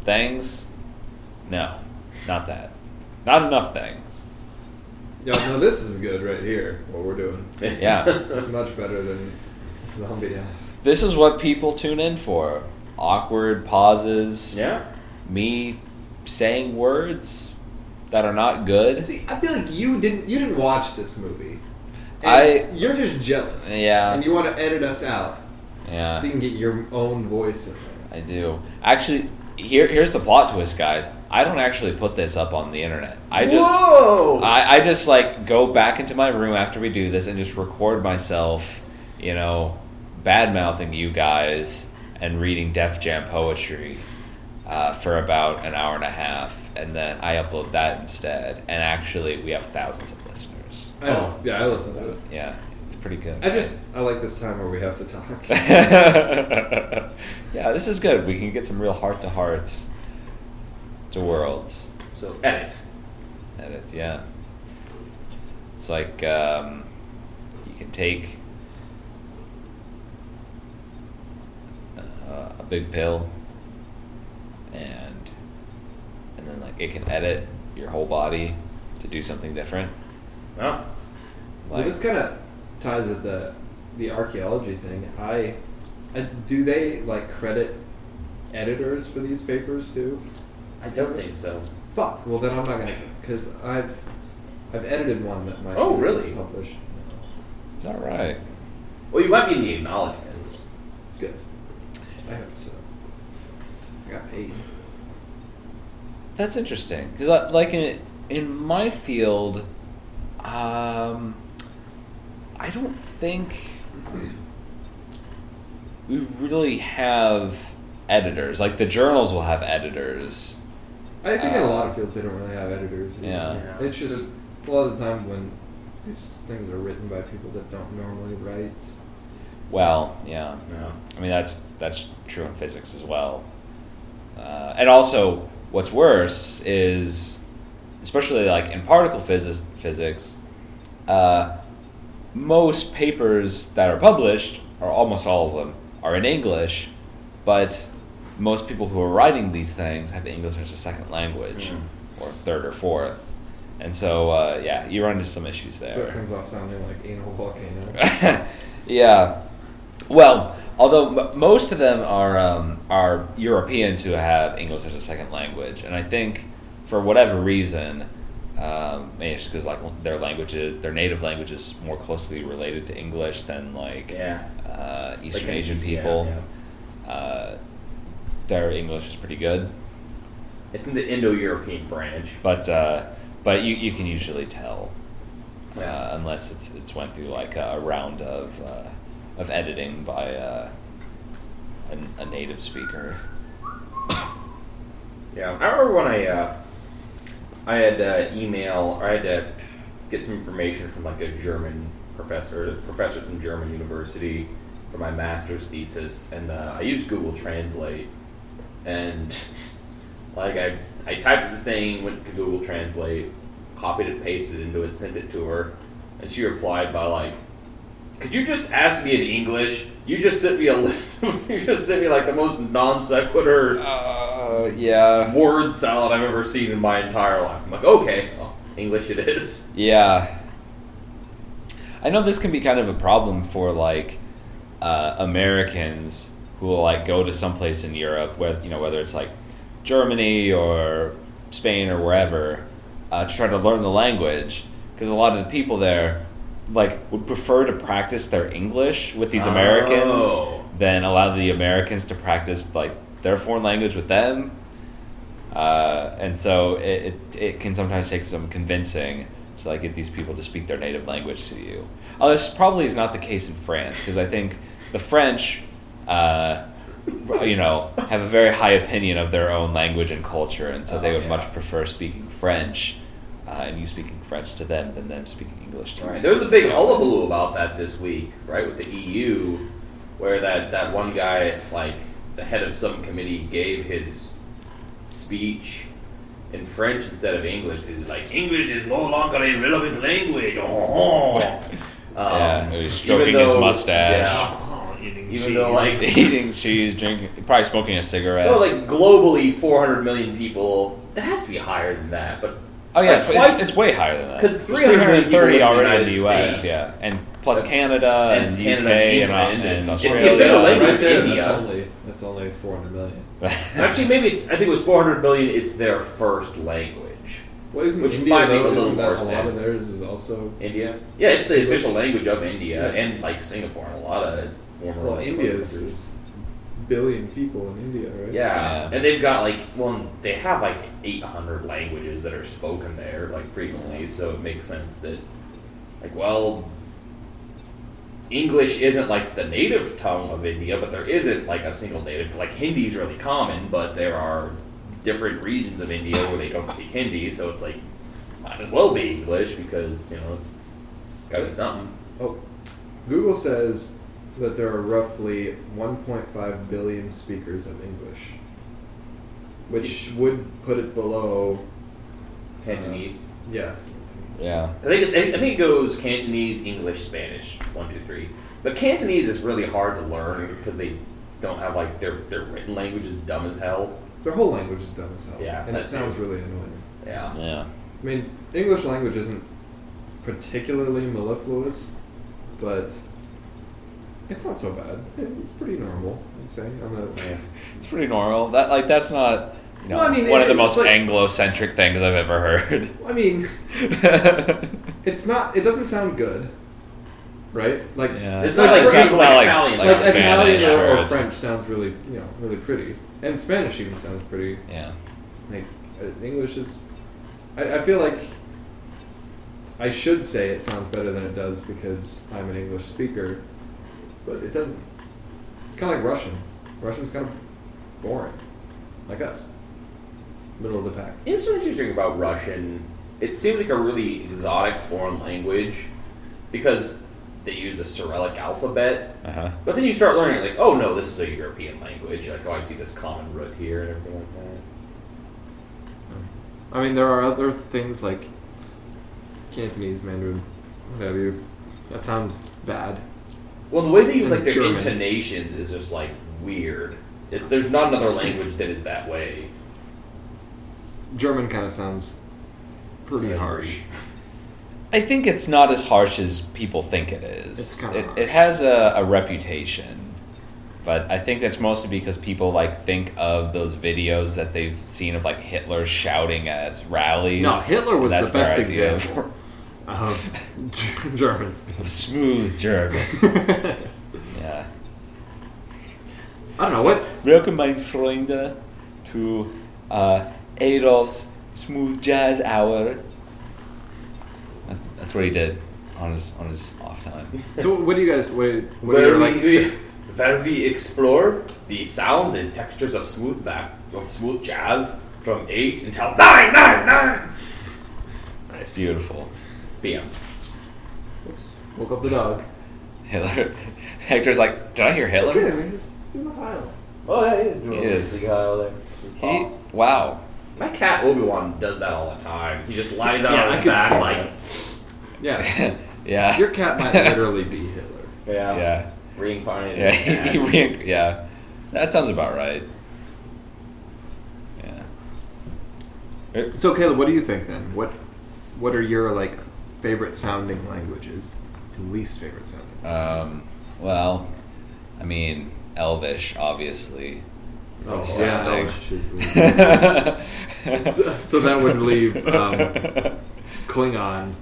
A: things. No, not that. Not enough things.
C: Yo, no, this is good right here. What we're doing.
A: Yeah.
C: It's much better than zombie ass.
A: This is what people tune in for awkward pauses,
B: yeah.
A: me saying words that are not good.
C: See, I feel like you didn't you didn't watch this movie. And
A: I-
C: it's- you're just jealous.
A: Yeah. Uh.
C: And you want to edit us out
A: Yeah.
C: so you can get your own voice in there.
A: I do. Actually, here here's the plot twist, guys. I don't actually put this up on the internet. I just
B: Whoa!
A: I, I just like go back into my room after we do this and just record myself, you know, bad mouthing you guys and reading Def Jam poetry uh, for about an hour and a half, and then I upload that instead. And actually, we have thousands of listeners.
C: I know. Yeah, I listen to it.
A: Yeah, it's pretty good.
C: I just I like this time where we have to talk.
A: yeah, this is good. We can get some real heart to hearts, to worlds.
B: so edit.
A: edit. Yeah, it's like um, you can take uh, a big pill, and and then like it can edit your whole body to do something different.
B: Oh.
C: Well,
A: Like
C: this kind of ties with the the archaeology thing. I, I do they like credit editors for these papers too?
B: I don't think so.
C: Fuck. Well, then I'm not gonna because I've I've edited one that might
B: Oh,
C: be
B: really?
C: published.
A: it's all right.
B: Well, you might be in the acknowledgments.
C: Good. I hope so. I got paid.
A: That's interesting because like in in my field, um, I don't think we really have editors. Like the journals will have editors.
C: I think in a lot
A: Uh,
C: of fields they don't really have editors.
A: yeah.
B: Yeah.
C: It's just a lot of the time when these things are written by people that don't normally write.
A: Well, yeah.
B: No.
A: I mean that's that's true in physics as well. Uh, and also, what's worse is, especially like in particle physics, physics, uh, most papers that are published, or almost all of them, are in English, but most people who are writing these things have English as a second language,
B: Mm.
A: or third or fourth, and so uh, yeah, you run into some issues there.
C: So it comes off sounding like anal volcano.
A: yeah. Well, although m- most of them are um, are Europeans who have English as a second language, and I think for whatever reason, um, maybe it's because like their language, is, their native language is more closely related to English than like
B: Yeah.
A: uh, Eastern
B: Like,
A: Asian
B: yeah,
A: people.
B: yeah.
A: Uh, their English is pretty good,
B: It's in the Indo-European branch.
A: but uh, but you, you can usually tell
B: Yeah.
A: uh, unless it's it's went through like a, a round of uh, of editing by uh, a, a native speaker.
B: Yeah, I remember when I uh, I had uh, email or I had to get some information from like a German professor, a professor from German university, for my master's thesis, and uh, I used Google Translate, and like I I typed this thing, went to Google Translate, copied it, pasted it into it, sent it to her, and she replied by like, "Could you just ask me in English? You just sent me a list. you just sent me like the most non sequitur."
A: Uh, yeah.
B: word salad I've ever seen in my entire life. I'm like, okay, well, English it is.
A: Yeah. I know this can be kind of a problem for like uh, Americans who will like go to someplace in Europe, where you know whether it's like Germany or Spain or wherever, uh, to try to learn the language because a lot of the people there like would prefer to practice their English with these Americans
B: Oh.
A: than allow the Americans to practice like their foreign language with them. Uh, and so it, it, it can sometimes take some convincing to like get these people to speak their native language to you. Oh, this probably is not the case in France because I think the French, uh, you know, have a very high opinion of their own language and culture, and so they
B: Oh,
A: would
B: yeah.
A: much prefer speaking French uh, and you speaking French to them than them speaking English to
B: Right.
A: you.
B: There was a big hullabaloo about that this week, right, with the EU, where that, that one guy, like, the head of some committee gave his speech in French instead of English because he's like, English is no longer a relevant language. Oh.
A: yeah,
B: Um,
A: he was
B: even
A: stroking his
B: though-
A: mustache.
B: yeah. Even though, like,
A: eating cheese, drinking, probably smoking a cigarette.
B: though, like, globally, 400 million people, that has to be higher than that, but
A: oh yeah,
B: like,
A: it's, it's,
B: twice-
A: it's way higher than that.
B: 'cause
A: It's
B: 330
A: 330
B: people live in the
A: already in the
B: United
A: U.S.
B: States.
A: Yeah, and plus Canada and,
B: and Canada,
A: UK and,
B: England,
A: and,
B: and- It's the
A: Australia.
B: official language
C: right
B: of
C: there,
B: India.
C: That's only, that's only 400 million.
B: Actually, maybe it's. I think it was 400 million. It's their first language.
C: Well, isn't
B: Which
C: India,
B: might make a
C: though,
B: little
C: isn't
B: more
C: that a lot of
B: sense.
C: theirs is also
B: India. Yeah, it's the official language of India
C: Yeah.
B: and like Singapore and a lot of former.
C: Well,
B: like,
C: India's
B: countries.
C: is billion people in India, right?
B: Yeah.
A: Yeah.
B: and they've got like well, they have like 800 languages that are spoken there like frequently, so it makes sense that like well. English isn't like the native tongue of India, but there isn't like a single native. Like Hindi's really common, but there are different regions of India where they don't speak Hindi, so it's like might as well be English because you know it's got to be something.
C: Oh, Google says that there are roughly 1.5 billion speakers of English, which would put it below.
B: Cantonese.
C: Yeah.
A: yeah,
B: I think, I think it goes Cantonese, English, Spanish, one, two, three. But Cantonese is really hard to learn because they don't have like their their written language is dumb as hell.
C: Their whole language is dumb as hell.
B: Yeah,
C: And it
B: that's
C: sounds
B: it.
C: really annoying.
B: Yeah,
A: yeah.
C: I mean, English language isn't particularly mellifluous, but it's not so bad. It's pretty normal, I'd say. I'm a,
A: It's pretty normal. That like that's not you know
C: Well, I mean,
A: one of
C: it-
A: the most
C: it's like-
A: Anglo-centric things I've ever heard.
C: I mean, it's not. It doesn't sound good, right? Like
A: yeah.
B: It's
C: not like
B: people like Italian.
C: like,
B: Like
C: Italian
A: Spanish
C: or, or
A: it's-
C: French sounds really you know really pretty, and Spanish even sounds pretty.
A: Yeah,
C: Like uh, English is, I, I feel like I should say it sounds better than it does because I'm an English speaker, but it doesn't. Kind of like Russian. Russian's kind of boring, like us, middle of the pack.
B: it's really interesting about Russian. It seems like a really exotic foreign language because they use the Cyrillic alphabet.
A: uh huh.
B: But then you start learning like, oh no, this is a European language. You're like, oh, I see this common root here and everything like that.
G: I mean, there are other things like Cantonese, Mandarin, whatever you. That sound bad.
B: Well, the way they use
G: And
B: like their
G: German.
B: intonations is just like weird. It's, there's not another language that is that way.
G: German kind of sounds pretty
B: Yeah.
G: harsh.
A: I think it's not as harsh as people think it is.
G: It's kinda
A: it,
G: harsh.
A: it has a, a reputation, but I think that's mostly because people like think of those videos that they've seen of like Hitler shouting at rallies.
G: No, Hitler was
A: That's
G: the best
A: their idea of-
G: example of G- Germans.
A: of smooth German. yeah,
G: I don't know what.
A: welcome my Freunde to uh, Adolf's smooth jazz hour. That's, that's what he did on his on his off time.
G: So what do you guys? What, what are your,
B: Where we,
G: like?
B: we, where we explore the sounds and textures of smooth back of smooth jazz from eight until nine, nine, nine. Nice.
A: Beautiful.
B: Bam.
G: Oops, woke up the dog.
A: Hitler. Hector's like, did I hear Hitler?
C: Okay, man, it's doing a pile.
B: Oh yeah, he is. doing
A: He
B: a
A: is.
B: big guy over there. His
A: He,
B: paw.
A: wow.
B: My cat Obi Wan does that all the time. He just lies out
C: Yeah,
B: on
C: I
B: his
C: could see
B: back like,
C: Yeah.
A: yeah.
C: Your cat might literally be Hitler.
B: yeah,
A: Yeah.
B: reincarnated.
A: Yeah.
B: cat.
A: He re- yeah. That sounds about right. Yeah.
C: So Caleb, what do you think then? What what are your like favorite sounding languages and least favorite sounding?
A: Um, well, I mean, Elvish, obviously.
C: Oh,
A: yeah.
C: Elvish is weird.
A: so,
C: So- so that would leave, um, Klingon.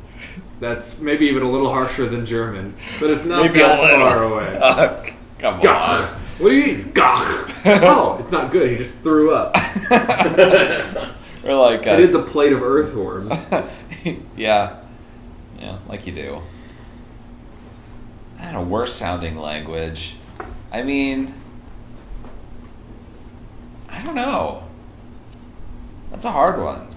C: That's maybe even a little harsher than German, but it's not
A: Maybe
C: that
A: a little.
C: far away.
A: Uh, come
C: Gah.
A: on.
C: What do you mean, gah? oh, it's not good. He just threw up.
A: We're like, uh,
C: It is a plate of earthworms.
A: yeah, yeah, like you do. I don't know, worse sounding language. I mean, I don't know. That's a hard one.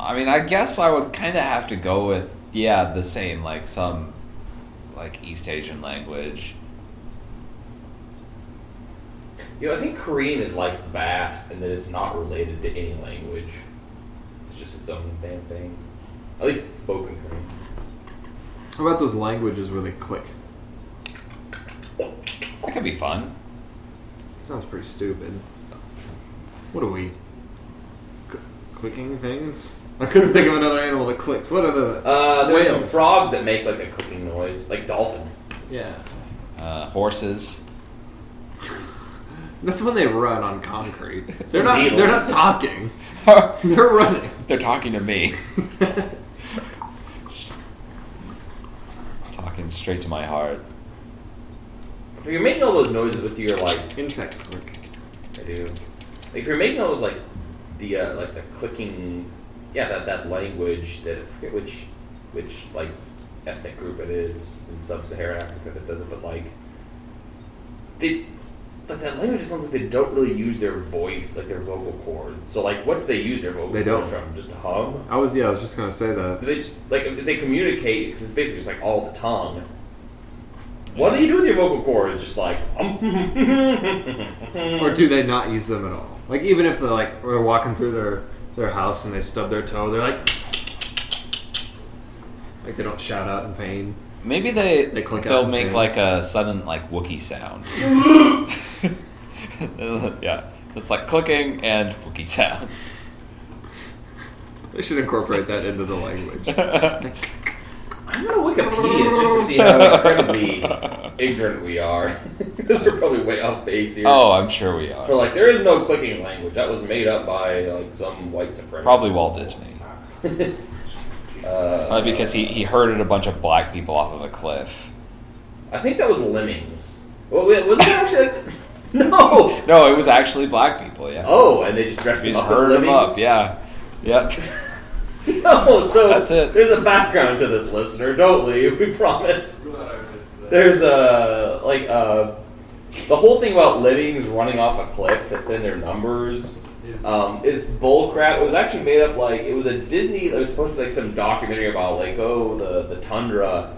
A: I mean, I guess I would kind of have to go with yeah, the same like some like East Asian language.
B: You know, I think Korean is like Basque in that it's not related to any language. It's just its own damn thing. At least it's spoken Korean.
C: How about those languages where they click?
A: That could be fun.
C: Sounds pretty stupid. What are we? C- clicking things? I couldn't think of another animal that clicks. What are the?
B: Uh, there's some
C: Whales.
B: frogs that make like a clicking noise, like dolphins.
C: yeah,
A: Uh, horses.
C: that's when they run on concrete. They're
B: Some
C: not. They're not
B: beetles.
C: talking. They're running.
A: They're talking to me. Talking straight to my heart.
B: If you're making all those noises with your like,
C: Insects click.
B: I do. Like, if you're making all those like, the uh, like the clicking, yeah, that that language that I forget which, which like ethnic group it is in sub-Saharan Africa that does it, but like, they, like that language it sounds like they don't really use their voice, like their vocal cords. So like, what do they use their vocal
C: They
B: cords
C: don't.
B: from? Just to hum?
C: I was. Yeah, I was just gonna say that.
B: Do they just like do they communicate? Because it's basically just like all the tongue. What do you do with your vocal cords? Just like um,
C: Or do they not use them at all? Like even if they're like they're walking through their their house and they stub their toe, they're like. Like they don't shout out in pain.
A: Maybe they,
C: They click
A: they'll
C: out,
A: make
C: yeah.
A: like a sudden like Wookie sound. yeah, it's like clicking and Wookie sounds.
C: They should incorporate that into the language.
B: I'm gonna Wikipedia this just to see how incredibly ignorant we are. Because we're probably way off base here.
A: oh, I'm sure we are.
B: For like, there is no clicking language. That was made up by like some white supremacist.
A: Probably Walt Disney.
B: Uh,
A: Probably because he, he herded a bunch of black people off of a cliff.
B: I think that was lemmings. Well, wait, was it actually? no.
A: No, it was actually black people, yeah.
B: Oh, and they just dressed
A: he
B: them
A: just
B: up as
A: herded
B: lemmings.
A: them up, yeah. Yep.
B: No, so
A: That's it.
B: There's a background to this, listener. Don't leave. We promise. There's a like uh, the whole thing about livings running off a cliff to thin their numbers um, is bull crap. It was actually made up like it was a Disney. It was supposed to be like some documentary about like oh the the tundra,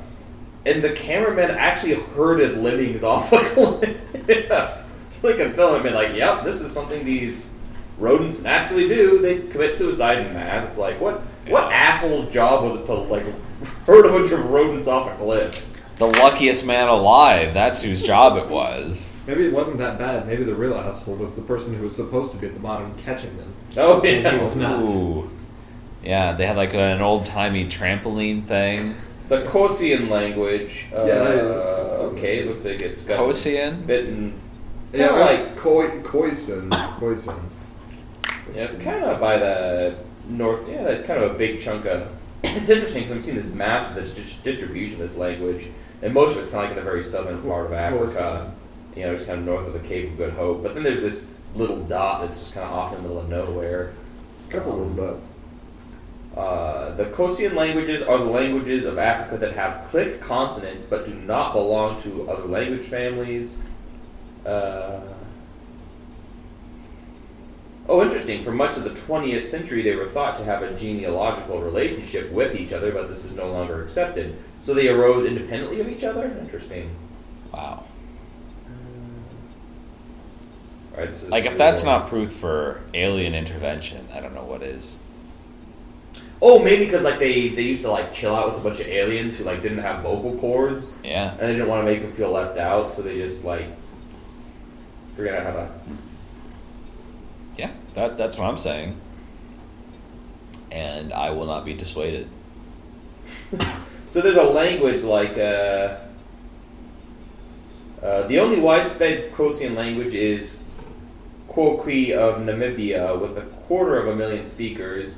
B: and the cameraman actually herded livings off a cliff so they can film it. And like, yep, this is something these rodents naturally do. They commit suicide in mass. It's like what what asshole's job was it to like herd a bunch of rodents off a cliff?
A: the luckiest man alive. That's whose job it was.
C: Maybe it wasn't that bad. Maybe the real asshole was the person who was supposed to be at the bottom catching them.
B: Oh
C: And he
B: yeah.
C: was not.
A: Ooh. Yeah, they had like an old timey trampoline thing.
B: The Kosian language. Uh,
C: Yeah, I-
B: okay, it looks like it's got
A: Kosian?
B: bitten. It's kind
C: Yeah,
B: of like
C: like koi, koisin, koisin.
B: yeah, it's kind of by the north. Yeah, that's kind of a big chunk of. It's interesting because I'm seeing this map of this dis- distribution of this language, and most of it's kind of like in the very southern part of Africa. You know, just kind of north of the Cape of Good Hope. But then there's this little dot that's just kind of off in the middle of nowhere.
C: couple little buzz.
B: Uh, the Kosian languages are the languages of Africa that have click consonants but do not belong to other language families. Uh, Oh, interesting. For much of the 20th century, they were thought to have a genealogical relationship with each other, but this is no longer accepted. So they arose independently of each other? Interesting.
A: Wow.
B: All right, this is
A: Like, if
B: really
A: that's
B: boring.
A: not proof for alien intervention, I don't know what is.
B: Oh, maybe because like they they used to like chill out with a bunch of aliens who like didn't have vocal cords,
A: Yeah.
B: and they didn't want to make them feel left out, so they just like figured out how to.
A: Yeah. That, that's what I'm saying. And I will not be dissuaded.
B: So there's a language like uh, uh, the only widespread Croatian language is Quoqui of Namibia with a quarter of a million speakers.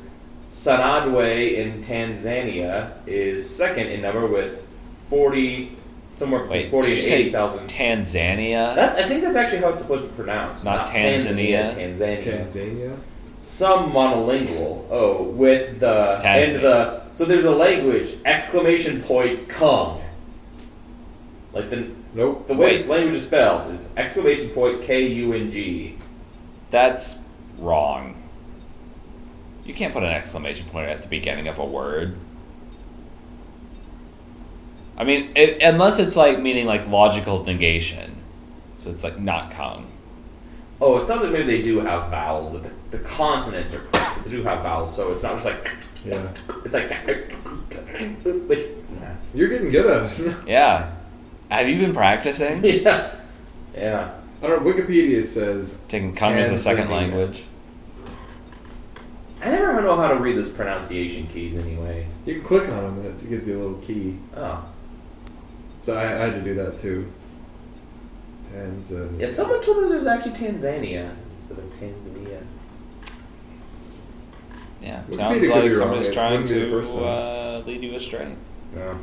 B: Sanadwe in Tanzania is second in number with forty somewhere between
A: Wait,
B: forty
A: did
B: and
A: you say
B: eighty thousand.
A: Tanzania?
B: That's I think that's actually how it's supposed to be pronounced.
A: Not Tanzania.
B: Tanzania.
G: Tanzania.
B: Some monolingual. Oh, with the
A: Tasmania.
B: and the so there's a language exclamation point Kung. Like the
G: Nope.
B: the way
A: Wait.
B: this language is spelled is exclamation point K U N G.
A: That's wrong. You can't put an exclamation point at the beginning of a word. I mean, it, unless it's like meaning like logical negation. So it's like not Kung.
B: Oh, it sounds like maybe they do have vowels. That the, the consonants are correct, but they do have vowels, so it's not just like
G: Yeah.
B: it's like which nah.
G: You're getting good at it.
A: Yeah. Have you been practicing?
B: yeah yeah.
G: I don't. know, Wikipedia says
A: Taking Kung as a second
G: Tanzania.
A: language?
B: I never know how to read those pronunciation keys anyway.
G: you can click on them and it gives you a little key.
B: Oh.
G: So I, I had to do that too. Tanzania.
B: Yeah, someone told me that it was actually Tanzania instead of Tanzania.
A: Yeah.
G: Wikipedia could
A: Sounds
G: be
A: like
G: wrong.
A: somebody's
G: It
A: trying
G: wouldn't be the
A: to
G: first time.
A: uh, lead you astray.
B: No.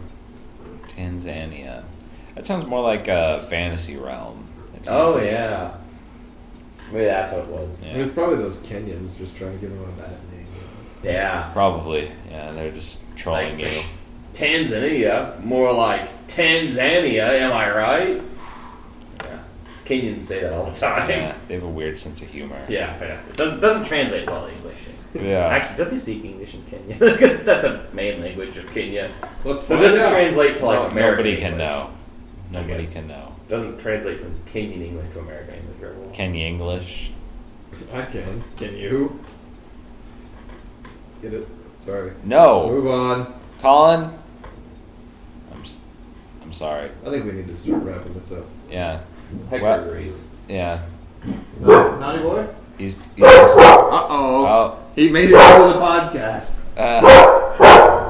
A: Tanzania. That sounds more like a fantasy realm.
B: Oh yeah. Maybe that's what it was.
G: I mean,
A: Yeah.
G: it's probably those Kenyans just trying to give them a bad name.
B: Yeah.
A: Probably. Yeah, they're just trolling
B: Like-
A: you.
B: Tanzania, more like Tanzania, am I right? Yeah. Kenyans say that all the time.
A: Yeah, they have a weird sense of humor.
B: Yeah, yeah. It doesn't doesn't translate well to English.
A: Yeah.
B: Actually, don't they speak English in Kenya? That's the main language of Kenya.
G: Let's
B: So it
G: find
B: doesn't
G: out.
B: translate to like American
A: Nobody can
B: English.
A: know. Nobody
B: guess.
A: can know.
B: Doesn't translate from Kenyan English to American English very well.
A: Kenny English.
G: I can. Can you? Get it? Sorry.
A: No,
G: Move on.
A: Colin. I'm, s- I'm sorry.
G: I think we need to start wrapping this up.
A: Yeah,
B: Hector
A: What?
B: agrees.
A: yeah.
C: Naughty boy.
A: He's. he's just,
G: Uh oh.
A: oh,
G: He made it out of the podcast.
A: uh,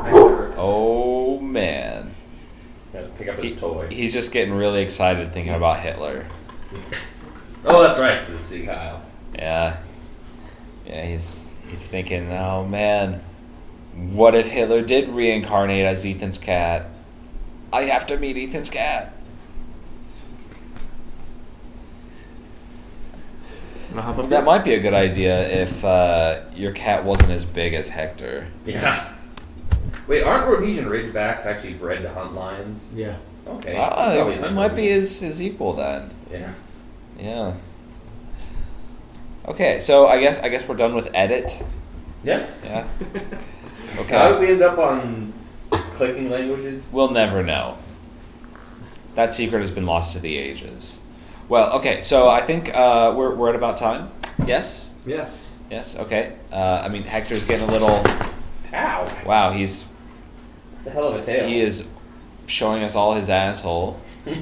C: Hector.
A: oh man.
B: Gotta pick up
A: He-
B: his toy.
A: he's just getting really excited thinking about Hitler.
B: oh, that's right. This is Sea Kyle.
A: Yeah. Yeah, he's he's thinking, oh man, what if Hitler did reincarnate as Ethan's cat? I have to meet Ethan's cat. That might be a good idea if uh, your cat wasn't as big as Hector.
B: Yeah. Wait, aren't Rhodesian Ridgebacks actually bred to hunt lions?
G: Yeah.
B: Okay.
A: Ah,
B: Probably
A: it
B: not
A: might be
B: Rhodesian.
A: his, his equal then.
B: Yeah.
A: Yeah. Okay, so I guess I guess we're done with edit.
B: Yeah.
A: Yeah. Okay.
B: How did we end up on clicking languages?
A: We'll never know. That secret has been lost to the ages. Well, okay, so I think uh, we're, we're at about time. Yes?
G: Yes.
A: Yes, okay. Uh, I mean, Hector's getting a little.
B: Ow.
A: Wow, he's
B: It's a hell of a tale.
A: he is showing us all his asshole.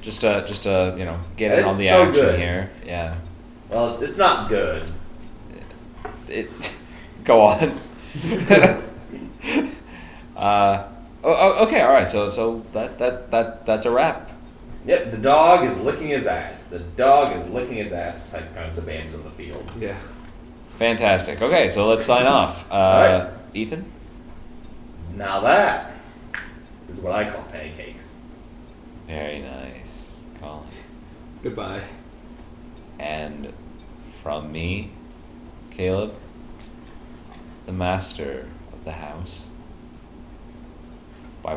A: just to, just to, you know, get in on
B: It's
A: the
B: so
A: action
B: good.
A: here. Yeah.
B: Well, it's, it's not good.
A: It, go on. uh, oh, oh, okay, all right, so, so that, that, that, that's a wrap.
B: Yep, the dog is licking his ass. The dog is licking his ass. It's like kind of the bands on the field.
G: Yeah.
A: Fantastic. Okay, so let's sign off. Uh,
B: All right.
A: Ethan?
B: Now that is what I call pancakes.
A: Very nice, Colin.
G: Goodbye.
A: And from me, Caleb, the master of the house. Bye